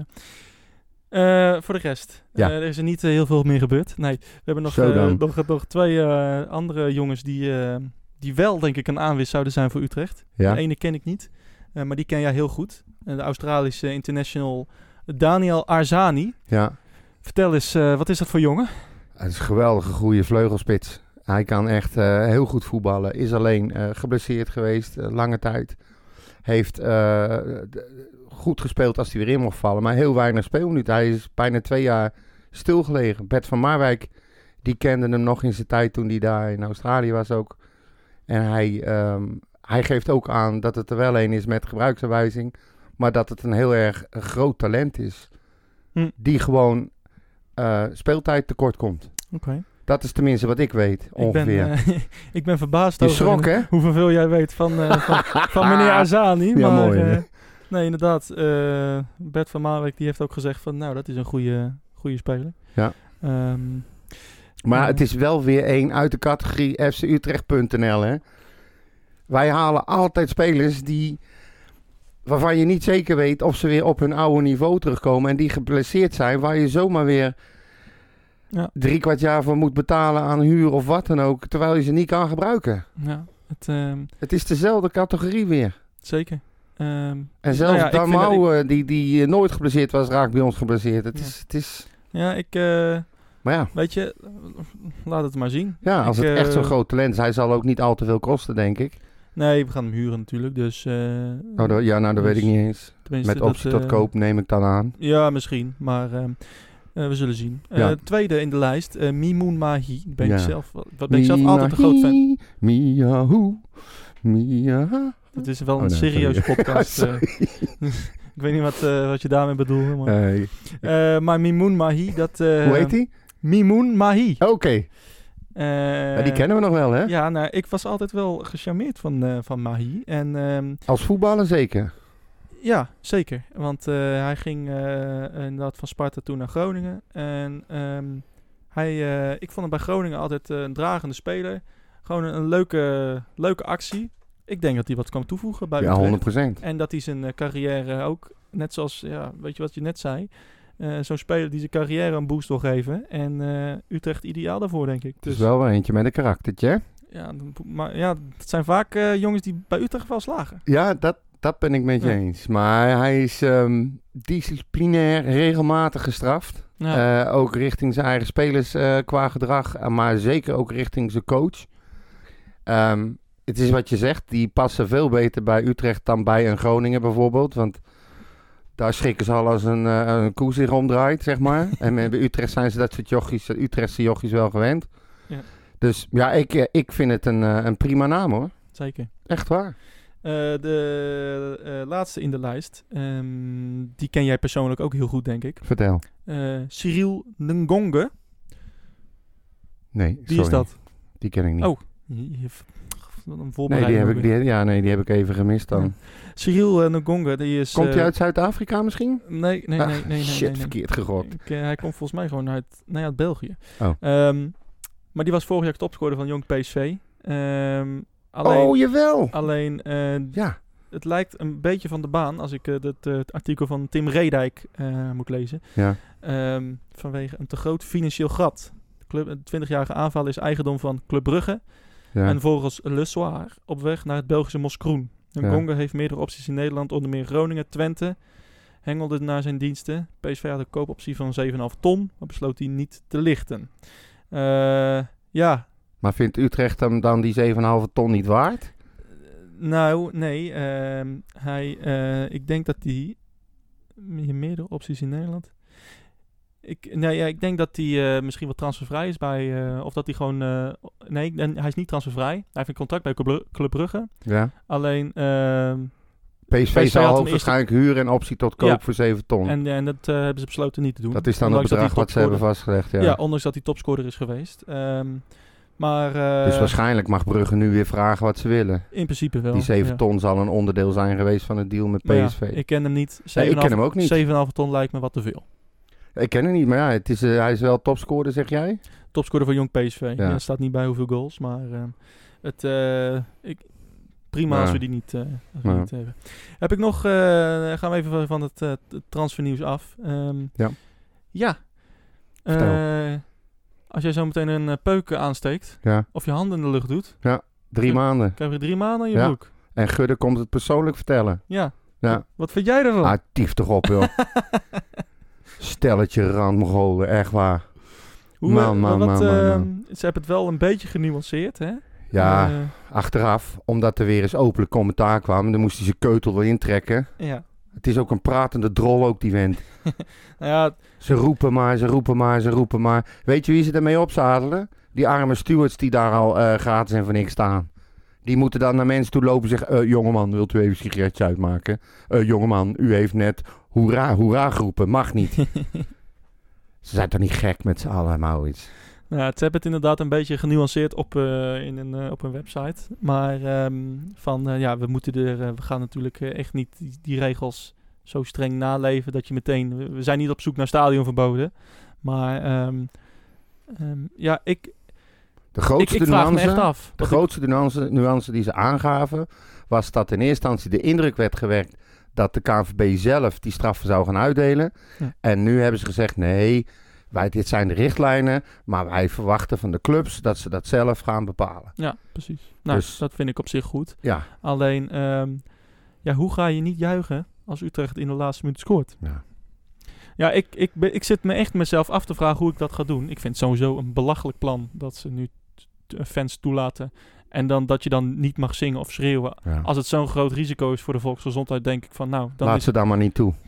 S2: Eh, voor de rest.
S3: Ja.
S2: Eh, er is er niet eh, heel veel meer gebeurd. Nee, we hebben nog,
S3: Zo
S2: eh,
S3: dan.
S2: nog, nog twee eh, andere jongens die, eh, die wel, denk ik, een aanwis zouden zijn voor Utrecht.
S3: Ja.
S2: De ene ken ik niet, eh, maar die ken jij heel goed. Eh, de Australische international Daniel Arzani.
S3: ja.
S2: Vertel eens, eh, wat is dat voor jongen?
S3: Het is een geweldige, goede vleugelspits. Hij kan echt eh, heel goed voetballen. Is alleen eh, geblesseerd geweest, eh, lange tijd. Heeft eh, d- goed gespeeld als hij weer in mocht vallen, maar heel weinig speelminuten. Hij is bijna twee jaar stilgelegen. Bert van Marwijk, die kende hem nog in zijn tijd toen hij daar in Australië was ook. En hij, ehm, hij geeft ook aan dat het er wel een is met gebruiksaanwijzing, maar dat het een heel erg groot talent is.
S2: Hm.
S3: Die gewoon eh, speeltijd tekort komt.
S2: Oké.
S3: Dat is tenminste wat ik weet,
S2: Ik, ben,
S3: ongeveer.
S2: eh, ik ben verbaasd
S3: je
S2: over...
S3: schrok, hè?
S2: hoeveel jij weet van, eh, van, van meneer Azani.
S3: Ja,
S2: maar,
S3: mooi, hè?
S2: eh, nee, inderdaad. eh, Bert van Marwijk die heeft ook gezegd van... Nou, dat is een goede, goede speler.
S3: Ja.
S2: Ehm,
S3: Maar het is wel weer één uit de categorie fcutrecht.nl, hè? Wij halen altijd spelers die... waarvan je niet zeker weet of ze weer op hun oude niveau terugkomen... en die geblesseerd zijn, waar je zomaar weer...
S2: Ja.
S3: drie kwart jaar voor moet betalen aan huur of wat dan ook... terwijl je ze niet kan gebruiken.
S2: ja, het, ehm,
S3: Het is dezelfde categorie weer.
S2: zeker. Ehm,
S3: En zelfs
S2: ja, ik vind dat
S3: Damau, eh, die, die eh, nooit geblesseerd was, raakt bij ons geblesseerd. Het,
S2: Ja.
S3: is, het is...
S2: ja, ik... eh,
S3: Maar ja...
S2: weet je, laat het maar zien.
S3: Ja, als
S2: Ik,
S3: het echt
S2: eh, Mm.
S3: zo'n groot talent is, hij zal ook niet al te veel kosten, denk ik.
S2: Nee, we gaan hem huren natuurlijk, dus... eh,
S3: Oh, dat- ja, nou, dat weet ik
S2: dus
S3: niet eens.
S2: tenminste
S3: Met
S2: dat,
S3: optie tot
S2: eh,
S3: koop neem ik dan aan.
S2: Ja, misschien. Maar ehm, eh, we zullen zien. Eh,
S3: Ja.
S2: tweede in de lijst, eh Mimoun Mahi. Daar Ben
S3: Ja.
S2: ik zelf, wat ben ik zelf altijd een groot fan.
S3: Miahoe, mia.
S2: Het is wel
S3: Oh,
S2: een
S3: nee,
S2: serieus
S3: sorry.
S2: podcast. eh. ik weet niet wat, eh, wat je daarmee bedoelde. Maar,
S3: Hey.
S2: Eh, maar Mimoun Mahi, dat... eh
S3: Hoe heet die?
S2: Mimoun Mahi.
S3: Oké,
S2: Eh,
S3: Ja, die kennen we nog wel, hè?
S2: Ja, nou, ik was altijd wel gecharmeerd van, eh, van Mahi. En ehm,
S3: Als voetballer zeker.
S2: ja, zeker. Want eh, hij ging eh, inderdaad van Sparta toen naar Groningen. En ehm, hij, eh, ik vond hem bij Groningen altijd eh, een dragende speler. Gewoon een, een leuke, leuke actie. Ik denk dat hij wat kan toevoegen bij
S3: Ja,
S2: Utrecht.
S3: 100%.
S2: En dat hij zijn eh, carrière ook, net zoals, ja, weet je wat je net zei, eh, zo'n speler die zijn carrière een boost wil geven. En eh, Utrecht ideaal daarvoor, denk ik.
S3: Het is
S2: Dus
S3: wel weer eentje met een karaktertje. hè?
S2: Ja, dan- maar ja, het zijn vaak eh, jongens die bij Utrecht wel slagen.
S3: Ja, dat, dat ben ik met je
S2: Ja.
S3: eens. Maar hij is ehm, disciplinair regelmatig gestraft.
S2: Ja.
S3: Eh, ook richting zijn eigen spelers eh, qua gedrag, eh, maar zeker ook richting zijn coach. Ehm, het is wat je zegt, die passen veel beter bij Utrecht dan bij een Groningen bijvoorbeeld. Want daar schrikken ze al als een, eh, een koe zich omdraait, zeg maar. en bij Utrecht zijn ze dat soort jochies, Utrechtse jochies wel gewend.
S2: Ja.
S3: Dus ja, ik, eh, ik vind het een, eh, een prima naam hoor.
S2: Zeker.
S3: Echt waar.
S2: Eh, de eh, laatste in de lijst, ehm, die ken jij persoonlijk ook heel goed, denk ik.
S3: Vertel.
S2: Eh, Cyril Ngonge,
S3: Nee,
S2: wie is
S3: sorry.
S2: dat?
S3: Die ken ik niet.
S2: Oh, Je- je- wat een
S3: nee, die
S2: voorbereiding
S3: heb
S2: ook
S3: ik,
S2: weer.
S3: die, ja, nee, die heb ik even gemist dan.
S2: Cyril eh, Ngonge, die is...
S3: Komt
S2: eh,
S3: hij uit Zuid-Afrika misschien?
S2: Nee, nee, nee,
S3: Ah,
S2: nee, nee,
S3: shit,
S2: nee, nee.
S3: verkeerd gegokt.
S2: Ik, eh, hij komt volgens mij gewoon uit, nee, uit België.
S3: Oh.
S2: Ehm, maar die was vorig jaar topscorer van Jong PSV. Ehm, alleen,
S3: oh, jawel.
S2: alleen eh,
S3: Ja,
S2: het lijkt een beetje van de baan als ik eh, dat, eh, het artikel van Tim Redijk eh, moet lezen.
S3: ja.
S2: Ehm, vanwege een te groot financieel gat. De club- de 20-jarige aanval is eigendom van Club Brugge.
S3: ja.
S2: En volgens Le Soir op weg naar het Belgische Moskroen.
S3: Ja.
S2: Ngonge heeft meerdere opties in Nederland, onder meer Groningen, Twente. Hengelde naar zijn diensten. PSV had een koopoptie van 7,5 ton, maar besloot die niet te lichten. Eh, ja,
S3: Maar vindt Utrecht hem dan die 7,5 ton niet waard?
S2: nou, nee. ehm, hij, eh, ik denk dat hij... Hier meerdere opties in Nederland. Ik, nee, ja, ik denk dat hij eh, misschien wel transfervrij is bij... eh, of dat hij gewoon... eh, nee, en hij is niet transfervrij. Hij heeft een contract bij Club Bru- Club Brugge.
S3: Ja.
S2: Alleen, ehm,
S3: PSV,
S2: PSV had
S3: zal
S2: hem
S3: hoogstwaarschijnlijk huren en optie tot koop
S2: Ja.
S3: voor 7 ton.
S2: en, en dat eh, hebben ze besloten niet te doen.
S3: dat is dan
S2: Ondanks
S3: het bedrag
S2: dat
S3: wat ze
S2: hij
S3: hebben vastgelegd. Ja.
S2: topscorer- Ja, ondanks dat hij topscorer is geweest. Ehm, maar eh,
S3: dus waarschijnlijk mag Brugge nu weer vragen wat ze willen.
S2: in principe wel.
S3: Die 7
S2: ja.
S3: ton zal een onderdeel zijn geweest van het deal met
S2: Maar ja,
S3: PSV. ik...
S2: ik ken hem niet. 7,5
S3: ik ken hem ook niet.
S2: 7,5 ton lijkt me wat te veel.
S3: ken hem niet, maar ja, het is, eh, hij is wel topscorer, zeg jij?
S2: Topscorer van Jong PSV. Ja.
S3: Ja.
S2: er staat niet bij hoeveel goals, maar ehm, het, eh, ik, prima
S3: Ja.
S2: als we die niet, eh, als we
S3: Ja.
S2: niet hebben. Heb ik nog, eh, gaan we even van- van het eh, t- transfernieuws af. Ehm,
S3: Ja.
S2: Ja.
S3: Vertel.
S2: Eh, als jij zo meteen een eh, peuk aansteekt,
S3: Ja,
S2: of je hand in de lucht doet,
S3: drie
S2: Ja.
S3: maanden.
S2: krijg je drie maanden in je
S3: Ja.
S2: broek.
S3: En Gudde komt het persoonlijk vertellen.
S2: Ja.
S3: Ja.
S2: Wat vind jij ervan?
S3: Ah, tief toch op, joh. Stelletje randmogolen, echt waar.
S2: Hoe,
S3: man,
S2: eh,
S3: man,
S2: wat,
S3: man, man,
S2: ehm,
S3: man.
S2: Ze hebben het wel een beetje genuanceerd, hè?
S3: Ja,
S2: Eh,
S3: achteraf, omdat er weer eens openlijk commentaar kwam, dan moest hij zijn keutel weer intrekken.
S2: ja.
S3: Het is ook een pratende drol ook, die vent.
S2: Nou ja,
S3: Ze roepen maar, ze roepen maar, ze roepen maar. Weet je wie ze ermee opzadelen? Die arme stewards die daar al eh, gratis en voor niks staan. Die moeten dan naar mensen toe lopen en zeggen... eh, jongeman, wilt u even een sigaretje uitmaken? Eh, jongeman, u heeft net hoera, hoera geroepen. Mag niet. ze zijn toch niet gek met z'n allen, Maurits?
S2: nou, ja, ze hebben het inderdaad een beetje genuanceerd op, eh, in een, eh, op een website. Maar ehm, van, eh, ja, we moeten er... eh, we gaan natuurlijk eh, echt niet die, die regels zo streng naleven dat je meteen... We, we zijn niet op zoek naar stadionverboden. Maar ehm, ehm, ja, ik,
S3: De
S2: ik,
S3: grootste
S2: ik vraag me
S3: nuance...
S2: echt af.
S3: De
S2: Wat
S3: grootste nuance, nuance die ze aangaven was dat in eerste instantie de indruk werd gewekt dat de KNVB zelf die straffen zou gaan uitdelen.
S2: Ja.
S3: En nu hebben ze gezegd: nee, wij, dit zijn de richtlijnen, maar wij verwachten van de clubs dat ze dat zelf gaan bepalen.
S2: ik- ja, precies. Nou,
S3: Dus-
S2: dat vind ik op zich goed.
S3: Ja,
S2: Alleen, ehm, ja, hoe ga je niet juichen als Utrecht in de laatste minuut scoort?
S3: ja.
S2: Ja, ik, ik, ben- ik zit me echt mezelf af te vragen hoe ik dat ga doen. Ik vind het sowieso een belachelijk plan dat ze nu t- t- eh, fans toelaten. En dan dat je dan niet mag zingen of schreeuwen.
S3: ja.
S2: Als het zo'n groot risico is voor de volksgezondheid, denk ik van nou, dan
S3: Laat
S2: is
S3: ze daar maar niet toe.
S2: het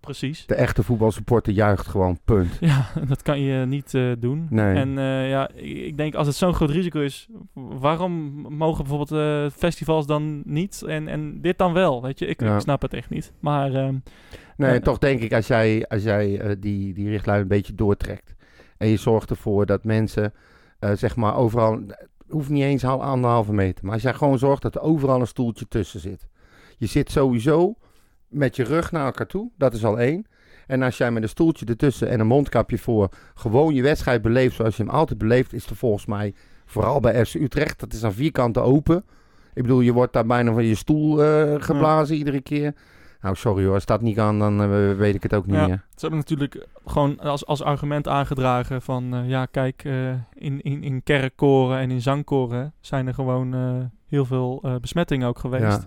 S2: precies.
S3: De echte voetbalsupporter juicht gewoon, punt.
S2: Ja, dat kan je niet eh, doen.
S3: Nee.
S2: En eh, ja, ik, ik denk als het zo'n groot risico is, waarom mogen bijvoorbeeld eh, festivals dan niet en, en dit dan wel? Weet je, ik,
S3: Ja.
S2: ik snap het echt niet. Maar ehm,
S3: Nee,
S2: Ja.
S3: en toch denk ik als jij, als jij eh, die, die richtlijn een beetje doortrekt. En je zorgt ervoor dat mensen, eh, zeg maar, overal. Het hoeft niet eens al anderhalve meter. Maar als jij gewoon zorgt dat er overal een stoeltje tussen zit. Je zit sowieso met je rug naar elkaar toe. Dat is al één. En als jij met een stoeltje ertussen en een mondkapje voor gewoon je wedstrijd beleeft zoals je hem altijd beleeft, is er volgens mij vooral bij FC Utrecht. Dat is aan vierkanten open. Ik bedoel, je wordt daar bijna van je stoel eh, geblazen iedere keer. Nou, sorry hoor, als dat niet kan, dan eh, weet ik het ook niet
S2: Ja.
S3: meer.
S2: Ze hebben natuurlijk gewoon als, als argument aangedragen van... eh, ja, kijk, eh, in, in, in kerkkoren en in zangkoren zijn er gewoon eh, heel veel eh, besmettingen ook geweest.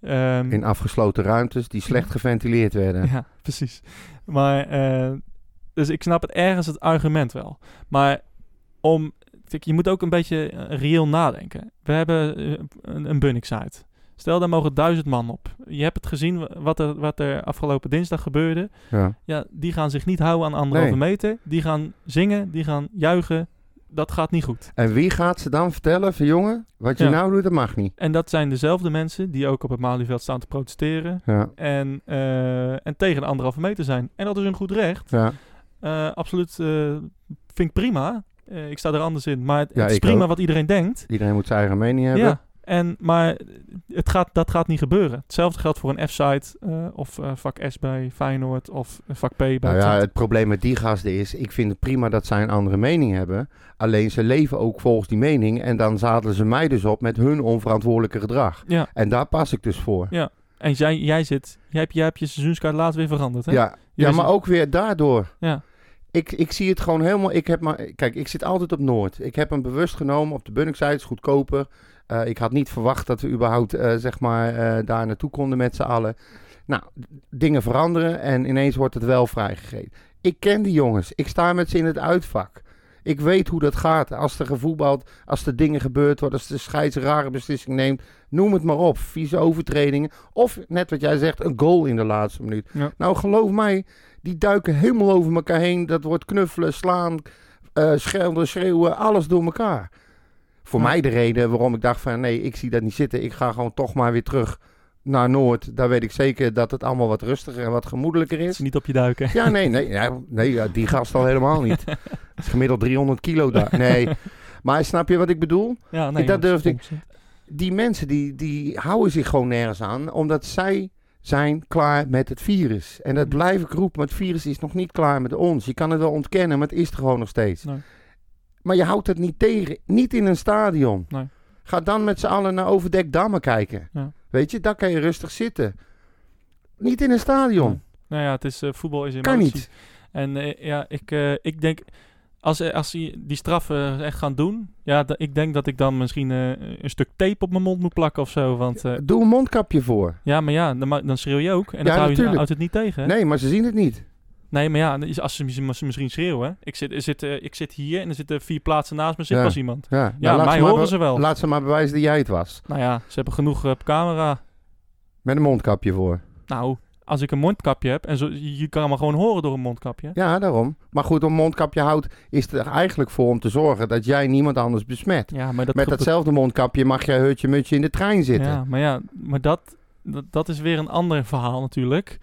S2: Ehm,
S3: In afgesloten ruimtes die slecht geventileerd werden.
S2: Mhm. Ja, precies. Maar, eh, dus ik snap het ergens het argument wel. Maar om, kijk, je moet ook een beetje eh, reëel nadenken. We hebben eh, een, een bunningsite. Stel, daar mogen duizend man op. Je hebt het gezien wa- wat er, wat er afgelopen dinsdag gebeurde.
S3: Ja.
S2: Ja, die gaan zich niet houden aan anderhalve meter. Die gaan zingen, die gaan juichen. Dat gaat niet goed.
S3: En wie gaat ze dan vertellen van jongen, wat je
S2: Ja.
S3: nou doet, dat mag niet.
S2: En dat zijn dezelfde mensen die ook op het Malieveld staan te protesteren.
S3: Ja,
S2: En, eh, en tegen de anderhalve meter zijn. En dat is hun goed recht.
S3: ja.
S2: Eh, absoluut. eh, vind ik prima. Eh, ik sta er anders in. Maar het,
S3: Ja,
S2: het is
S3: ik
S2: prima
S3: ook.
S2: wat iedereen denkt.
S3: iedereen moet zijn eigen mening hebben.
S2: Ja. En, maar eh, het gaat, dat gaat niet gebeuren. Hetzelfde geldt voor een F-site eh, of eh, vak S bij Feyenoord of eh, vak P bij
S3: Nou ja,
S2: Twente.
S3: het probleem met die gasten is, ik vind het prima dat zij een andere mening hebben. Alleen ze leven ook volgens die mening en dan zadelen ze mij dus op met hun onverantwoordelijke gedrag.
S2: Ja.
S3: En daar pas ik dus voor.
S2: Ja, En jij, jij zit, jij hebt, jij hebt je seizoenskaart laatst weer veranderd, hè?
S3: Ja,
S2: Je
S3: ja
S2: wist-
S3: maar ook weer daardoor.
S2: Ja.
S3: Ik, ik zie het gewoon helemaal. Ik heb maar, kijk, ik zit altijd op Noord. Ik heb hem bewust genomen op de Bunningside, is goedkoper. Eh, ik had niet verwacht dat we überhaupt eh, zeg maar, eh, daar naartoe konden met z'n allen. Nou, d- dingen veranderen en ineens wordt het wel vrijgegeven. Ik ken die jongens. Ik sta met ze in het uitvak. Ik weet hoe dat gaat. Als er gevoetbald, als er dingen gebeurd worden, als de scheids een rare beslissing neemt. Noem het maar op. Vieze overtredingen. Of net wat jij zegt, een goal in de laatste minuut. Nou, geloof mij, die duiken helemaal over elkaar heen. Dat wordt knuffelen, slaan, eh, schelden, schreeuwen, alles door elkaar. Voor
S2: Ja.
S3: mij de reden waarom ik dacht van nee, ik zie dat niet zitten. Ik ga gewoon toch maar weer terug naar Noord. Daar weet ik zeker dat het allemaal wat rustiger en wat gemoedelijker
S2: Dat
S3: is.
S2: ze niet op je duiken.
S3: Ja, nee, nee, ja, nee ja, die gast al helemaal niet. Dat is gemiddeld 300 kilo daar. Nee, maar snap je wat ik bedoel?
S2: Ja, nee,
S3: dat durfde ik-
S2: ontzettend.
S3: die mensen die, die houden zich gewoon nergens aan, omdat zij zijn klaar met het virus. En dat
S2: Mm.
S3: blijf ik roepen, maar het virus is nog niet klaar met ons. Je kan het wel ontkennen, maar het is er gewoon nog steeds.
S2: Nee.
S3: Maar je houdt het niet tegen, niet in een stadion.
S2: Nee.
S3: Ga dan met z'n allen naar overdekt dammen kijken.
S2: Ja.
S3: Weet je, daar kan je rustig zitten. Niet in een stadion.
S2: Nee. Nou ja, het is, eh, voetbal is emotie.
S3: Kan niet.
S2: En eh, ja, ik, eh, ik denk, als, eh, als ze die straffen echt gaan doen, ja, da- ik denk dat ik dan misschien eh, een stuk tape op mijn mond moet plakken of zo. Want eh,
S3: Doe een mondkapje voor.
S2: ja, maar ja, dan, ma- dan schreeuw je ook. En
S3: Ja,
S2: dan hou je
S3: natuurlijk.
S2: houdt het niet tegen. hè?
S3: Nee, maar ze zien het niet.
S2: Nee, maar ja, als ze, mis- als ze misschien schreeuwen. Ik zit, er zit, eh, ik zit hier en er zitten vier plaatsen naast me zit
S3: Ja.
S2: pas iemand.
S3: Ja, nou,
S2: Ja,
S3: laat
S2: mij
S3: maar
S2: horen
S3: be-
S2: ze wel.
S3: Laat ze maar bewijzen dat jij het was.
S2: Nou ja, ze hebben genoeg eh, op camera.
S3: Met een mondkapje voor.
S2: Nou, als ik een mondkapje heb en zo, je je kan me gewoon horen door een mondkapje.
S3: Ja, daarom. Maar goed, om mondkapje houdt is er eigenlijk voor om te zorgen dat jij niemand anders besmet.
S2: Ja, maar dat
S3: Met
S2: gebe-
S3: datzelfde mondkapje mag jij hutje mutje in de trein zitten.
S2: Ja, maar ja, maar dat, dat, dat is weer een ander verhaal natuurlijk.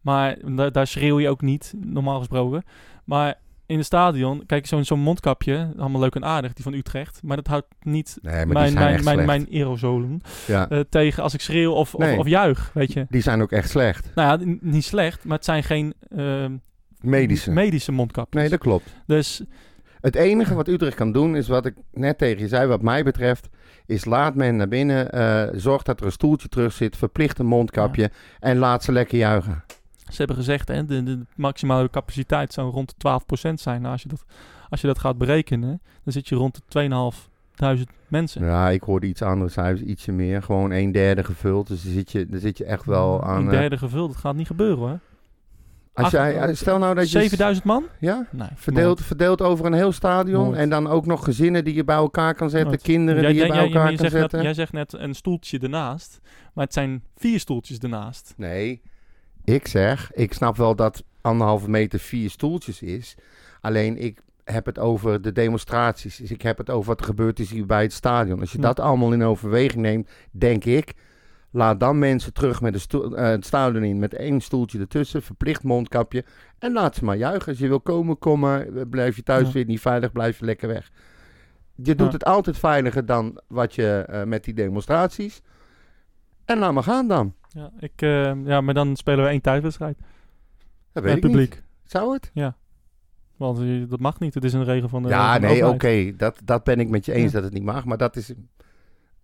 S2: Maar da- daar schreeuw je ook niet, normaal gesproken. Maar in het stadion, kijk, zo'n zo'n mondkapje, allemaal leuk en aardig, die van Utrecht. Maar dat houdt niet
S3: Nee, maar die
S2: mijn,
S3: zijn
S2: mijn,
S3: echt
S2: mijn,
S3: slecht.
S2: mijn aerosolen
S3: Ja,
S2: eh, tegen als ik schreeuw of, of,
S3: Nee.
S2: of juich, weet je.
S3: die zijn ook echt slecht.
S2: Nou ja, n- niet slecht, maar het zijn geen ehm,
S3: Medische.
S2: medische mondkapjes.
S3: nee, dat klopt.
S2: Dus
S3: Het enige wat Utrecht kan doen is wat ik net tegen je zei, wat mij betreft, is laat men naar binnen, eh, zorg dat er een stoeltje terug zit, verplicht een mondkapje en laat ze lekker juichen.
S2: ze hebben gezegd, hè, de, de maximale capaciteit zou rond de 12% zijn. Nou, als, je dat, als je dat gaat berekenen, dan zit je rond de 2.500 mensen.
S3: Ja, ik hoorde iets anders, cijfers, ietsje meer, gewoon een derde gevuld, dus dan zit je, dan zit je echt wel aan...
S2: Mm, Een
S3: eh,
S2: derde gevuld, dat gaat niet gebeuren hoor.
S3: als jij, stel nou dat je...
S2: 7000 man?
S3: Ja?
S2: Nee.
S3: Verdeeld, verdeeld over een heel stadion.
S2: Nooit.
S3: En dan ook nog gezinnen die je bij elkaar kan zetten.
S2: Nooit.
S3: Kinderen die je bij
S2: jij, maar
S3: elkaar
S2: je
S3: kan
S2: zegt net,
S3: zetten.
S2: jij zegt net een stoeltje ernaast, maar het zijn vier stoeltjes ernaast.
S3: Nee, ik zeg, ik snap wel dat anderhalve meter vier stoeltjes is. Alleen ik heb het over de demonstraties. Dus ik heb het over wat er gebeurd is hier bij het stadion. Als je
S2: Hm.
S3: dat allemaal in overweging neemt, denk ik... Laat dan mensen terug met een stoel- eh, het stadion in met één stoeltje ertussen, verplicht mondkapje. En laat ze maar juichen. Als je wil komen, kom maar. Blijf je thuis
S2: Ja.
S3: weer niet veilig, blijf je lekker weg. Je doet
S2: Ja.
S3: het altijd veiliger dan wat je eh, met die demonstraties. En laat maar gaan dan.
S2: Ja, ik, eh, ja, maar dan spelen we één thuiswedstrijd.
S3: Dat weet
S2: Met
S3: ik niet.
S2: publiek.
S3: Zou het?
S2: Want eh, dat mag niet, het is een regel van de
S3: ja,
S2: van de
S3: nee, oké.
S2: Eh, overheid.
S3: Dat, dat ben ik met je
S2: Ja.
S3: eens dat het niet mag. Maar dat is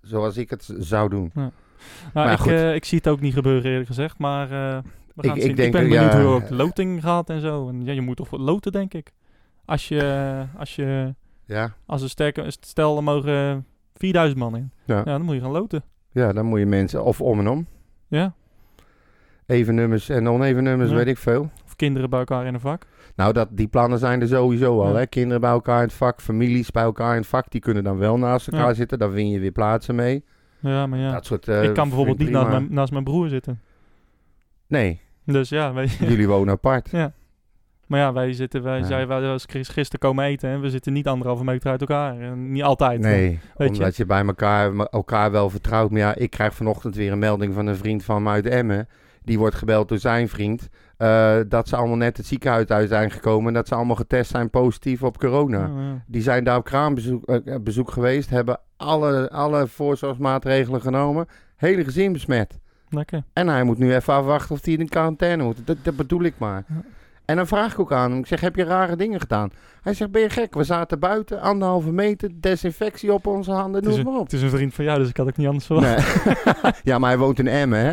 S3: zoals ik het z- zou doen.
S2: Nou,
S3: Maar
S2: ik,
S3: goed.
S2: eh, ik zie het ook niet gebeuren, eerlijk gezegd. Maar eh, we gaan
S3: Ik-
S2: het
S3: ik
S2: zien. ik,
S3: denk,
S2: ben
S3: ja,
S2: benieuwd hoe ook
S3: eh,
S2: de loting gaat en zo. En, ja, je moet toch wat loten, denk ik. Als je, als je,
S3: Ja.
S2: als een sterke, stel, er mogen 4000 man in.
S3: Ja.
S2: Ja, dan moet je gaan loten.
S3: ja, dan moet je mensen of om en om.
S2: Ja.
S3: Even nummers en oneven nummers,
S2: Ja.
S3: weet ik veel.
S2: Of kinderen bij elkaar in een vak.
S3: Nou, dat, die plannen zijn er sowieso al.
S2: Ja.
S3: Hè? Kinderen bij elkaar in het vak, families bij elkaar in het vak. Die kunnen dan wel naast elkaar
S2: Ja.
S3: zitten. Daar win je weer plaatsen mee.
S2: Ja, maar ja.
S3: Dat soort, eh,
S2: ik kan bijvoorbeeld
S3: vind
S2: niet
S3: ik
S2: naast
S3: prima.
S2: mijn, naast mijn broer zitten.
S3: Nee,
S2: Dus ja, weet je.
S3: jullie wonen apart.
S2: Maar ja, wij zitten, wij
S3: Ja.
S2: zijn wij als gisteren komen eten en we zitten niet anderhalve meter uit elkaar. En niet altijd.
S3: Nee,
S2: Weet je?
S3: omdat je bij elkaar, me- elkaar wel vertrouwt. Maar ja, ik krijg vanochtend weer een melding van een vriend van me uit Emmen. Die wordt gebeld door zijn vriend. eh, dat ze allemaal net het ziekenhuis uit zijn gekomen. En dat ze allemaal getest zijn positief op corona.
S2: Ja, ja.
S3: Die zijn daar op kraambezoek eh, eh, bezoek geweest. Hebben alle, alle voorzorgsmaatregelen genomen. Hele gezin besmet.
S2: Lekker.
S3: En hij moet nu even afwachten of hij in quarantaine moet. Dat, dat bedoel ik maar.
S2: Ja.
S3: En dan vraag ik ook aan hem. Ik zeg, heb je rare dingen gedaan? Hij zegt, ben je gek? We zaten buiten, anderhalve meter, desinfectie op onze handen,
S2: Het is,
S3: noem
S2: een,
S3: het maar op.
S2: het is een vriend van jou, dus ik had ook niet anders verwacht.
S3: Nee. ja, maar hij woont in Emmen, hè?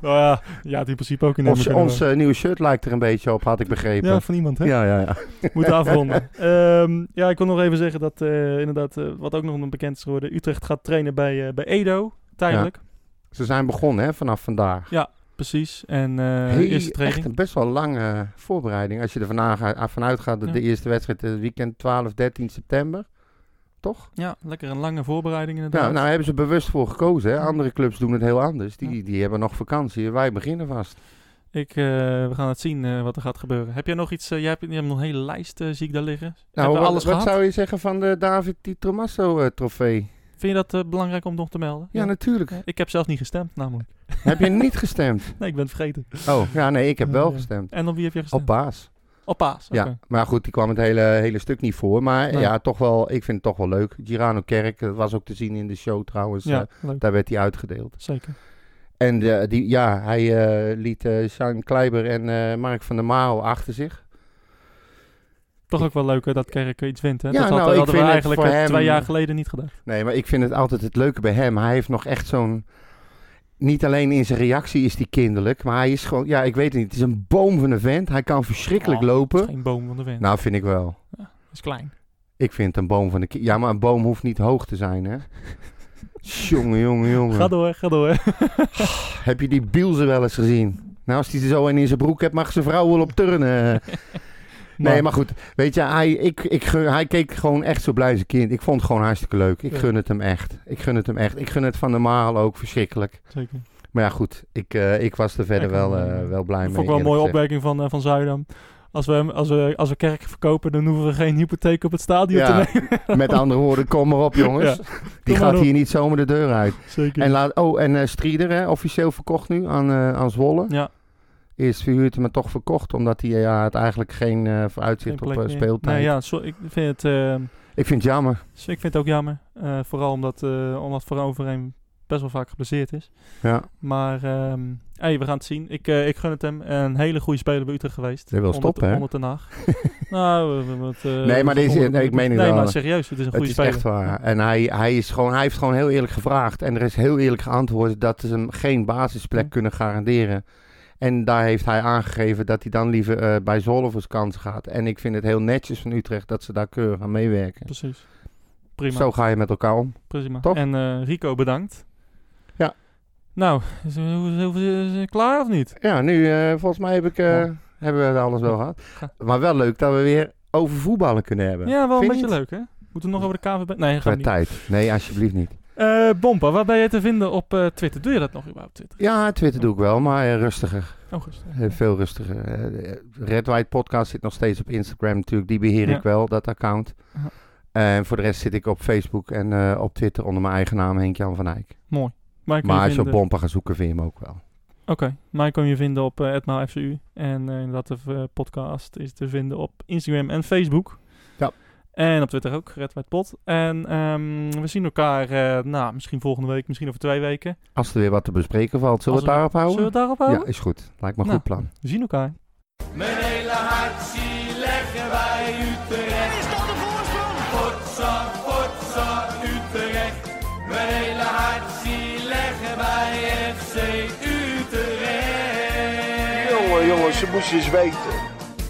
S2: Nou ja, ja, het in principe ook in
S3: Ons,
S2: Emmen kunnen
S3: ons eh, nieuwe shirt lijkt er een beetje op, had ik
S2: we-
S3: begrepen.
S2: Ja, van iemand, hè?
S3: ja, ja. ja.
S2: Moet afronden. Ehm, ja, ik wil nog even zeggen dat eh, inderdaad, eh, wat ook nog bekend is geworden, Utrecht gaat trainen bij, eh, bij Edo, tijdelijk.
S3: Ze zijn begonnen, hè, vanaf vandaag.
S2: Precies. En eh
S3: Heel-
S2: eerste training.
S3: echt een best wel lange voorbereiding. Als je er vandaag eh, vanuit gaat dat
S2: Ja.
S3: de eerste wedstrijd het weekend 12, 13 september. Toch?
S2: Ja, lekker een lange voorbereiding inderdaad.
S3: Nou, nou hebben ze bewust voor gekozen. Hè?
S2: Ja.
S3: Andere clubs doen het heel anders. Die,
S2: Ja.
S3: die hebben nog vakantie. Wij beginnen vast.
S2: Ik, eh, we gaan het zien eh, wat er gaat gebeuren. Heb jij nog iets? eh, jij, hebt, je hebt nog een hele lijst, eh, zie ik daar liggen.
S3: Nou,
S2: Hebben
S3: wat,
S2: we alles
S3: wat
S2: gehad?
S3: zou je zeggen van de David Di Tommaso eh, trofee?
S2: Vind je dat eh, belangrijk om nog te melden?
S3: Ja, nou- natuurlijk.
S2: Ja, Ik heb zelf niet gestemd, namelijk.
S3: heb je niet gestemd?
S2: Nee, ik ben het vergeten.
S3: Oh, ja, nee, ik heb
S2: Ja,
S3: wel
S2: ja.
S3: gestemd.
S2: En op wie heb je
S3: Op
S2: gestemd?
S3: Paas.
S2: Op Paas. oké.
S3: Ja, maar goed, die kwam het hele, hele stuk niet voor. Maar
S2: Nee.
S3: ja, toch wel, ik vind het toch wel leuk. Girano Kerk, dat was ook te zien in de show trouwens.
S2: ja
S3: eh,
S2: leuk.
S3: daar werd hij uitgedeeld.
S2: Zeker.
S3: En eh, die, ja, hij eh, liet eh Sjaan Kleiber en eh, Mark van der Maal achter zich.
S2: Toch ook wel leuk hè, dat Kerk iets wint. Hè?
S3: Ja,
S2: dat had-
S3: nou, ik
S2: hadden we
S3: vind het
S2: eigenlijk
S3: voor
S2: eh,
S3: hem-
S2: twee jaar geleden niet gedaan.
S3: Nee, maar ik vind het altijd het leuke bij hem. Hij heeft nog echt zo'n... Niet alleen in zijn reactie is hij kinderlijk, maar hij is gewoon... Ja, ik weet het niet. Het is een boom van een vent. Hij kan verschrikkelijk
S2: Oh, Het is
S3: lopen.
S2: geen boom van de wind.
S3: Nou, vind ik wel.
S2: Het is klein.
S3: Ik vind een boom van de... ki- Ja, maar een boom hoeft niet hoog te zijn, hè? jongen, jongen, jongen.
S2: Ga door, ga door.
S3: Heb je die Bielsen wel eens gezien? Nou, als hij er zo een in zijn broek hebt, mag zijn vrouw wel op turnen.
S2: Nou,
S3: Nee, maar goed. Weet je, hij, ik, ik, gun- hij keek gewoon echt zo blij als een kind. Ik vond het gewoon hartstikke leuk. Ik
S2: Ja.
S3: gun het hem echt. Ik gun het hem echt. Ik gun het Van der Maal ook verschrikkelijk.
S2: Zeker.
S3: Maar ja, goed. Ik, eh, ik was er verder
S2: Ik
S3: wel,
S2: kan
S3: eh,
S2: me niet-
S3: wel blij
S2: Dat
S3: mee.
S2: vond ik wel een mooie
S3: eerlijk gezegd.
S2: opmerking van, eh, van Zuidam. Als we, hem- als, we, als we kerk verkopen, dan hoeven we geen hypotheek op het stadion te nemen.
S3: Ja, met andere woorden, kom maar op jongens.
S2: Ja.
S3: Die
S2: maar
S3: gaat
S2: op.
S3: hier niet zomaar de deur uit.
S2: Zeker.
S3: En laat, oh, en eh, Strieder, hè, officieel verkocht nu aan, eh, aan Zwolle.
S2: ja,
S3: Eerst verhuurd, maar toch verkocht. Omdat hij ja, had eigenlijk geen eh,
S2: geen
S3: vooruitzicht op
S2: plek
S3: eh,
S2: meer.
S3: speeltijd.
S2: Nee, ja, zo, ik, vind het, eh,
S3: Ik vind het jammer.
S2: ik vind het ook jammer. Eh, vooral omdat, eh omdat Veroverheem best wel vaak geblesseerd is.
S3: Ja.
S2: Maar ehm, hey, we gaan het zien. Ik, eh, ik gun het hem. Een hele goede speler bij Utrecht geweest.
S3: Hij wil
S2: Onder-
S3: stoppen, hè?
S2: Onder ten Hag. nou, eh, wat, eh,
S3: Nee, maar deze-
S2: onder-
S3: nee, ik meen het
S2: Nee,
S3: wel.
S2: maar serieus, het is een
S3: Het
S2: goede
S3: is
S2: speler.
S3: echt waar. En hij, hij, is gewoon, hij heeft gewoon heel eerlijk gevraagd. En er is heel eerlijk geantwoord dat ze hem geen basisplek
S2: Ja.
S3: kunnen garanderen. En daar heeft hij aangegeven dat hij dan liever eh, bij Zwolle voor zijn kans gaat. En ik vind het heel netjes van Utrecht dat ze daar keurig aan meewerken.
S2: Precies. Prima.
S3: Zo ga je met elkaar om.
S2: Prima.
S3: Toch?
S2: En eh, Rico, bedankt.
S3: Ja.
S2: Nou, is, hoe- hoe- is- is- klaar of niet?
S3: Ja, nu eh, volgens mij heb ik, eh,
S2: Ja.
S3: hebben we alles wel gehad.
S2: Ja.
S3: Maar wel leuk dat we weer over voetballen kunnen hebben.
S2: Ja, wel een
S3: Vind
S2: beetje
S3: je niet?
S2: leuk, hè? Moeten we nog over de KVB? Nee,
S3: Qua
S2: gaat niet.
S3: tijd. Nee, alsjeblieft niet.
S2: Eh Bompa, waar ben je te vinden op eh, Twitter? Doe je dat nog überhaupt, Twitter?
S3: Ja, Twitter doe ik wel, maar eh, rustiger.
S2: Oh, goed.
S3: Eh, Veel rustiger. Eh, Red White Podcast zit nog steeds op Instagram natuurlijk. Die beheer
S2: Ja.
S3: ik wel, dat account. Eh,
S2: Ja.
S3: En voor de rest zit ik op Facebook en eh, op Twitter onder mijn eigen naam Henk-Jan van Eyck.
S2: Mooi. Mij kun je
S3: Maar als je op
S2: vinden-
S3: Bompa gaat zoeken, vind je hem ook wel.
S2: Oké, mij kun je vinden op eh @maalfcu. En eh inderdaad, de eh, podcast is te vinden op Instagram en Facebook.
S3: Ja.
S2: En op Twitter ook, Red White Pot. En ehm, we zien elkaar, eh, nou, misschien volgende week, misschien over twee weken.
S3: Als er weer wat te bespreken valt, zullen we
S2: Als
S3: het daarop houden?
S2: Zullen we het daarop houden?
S3: Oh. Ja, is goed. Lijkt me een
S2: Nou.
S3: goed plan.
S2: We zien elkaar.
S7: Mijn hele hart zie leggen wij Utrecht. Is dat de voorsprong? Potsa, potsa, Utrecht. Mijn hele hart zie leggen bij FC Utrecht.
S8: Jongen, jongen, ze moesten eens weten.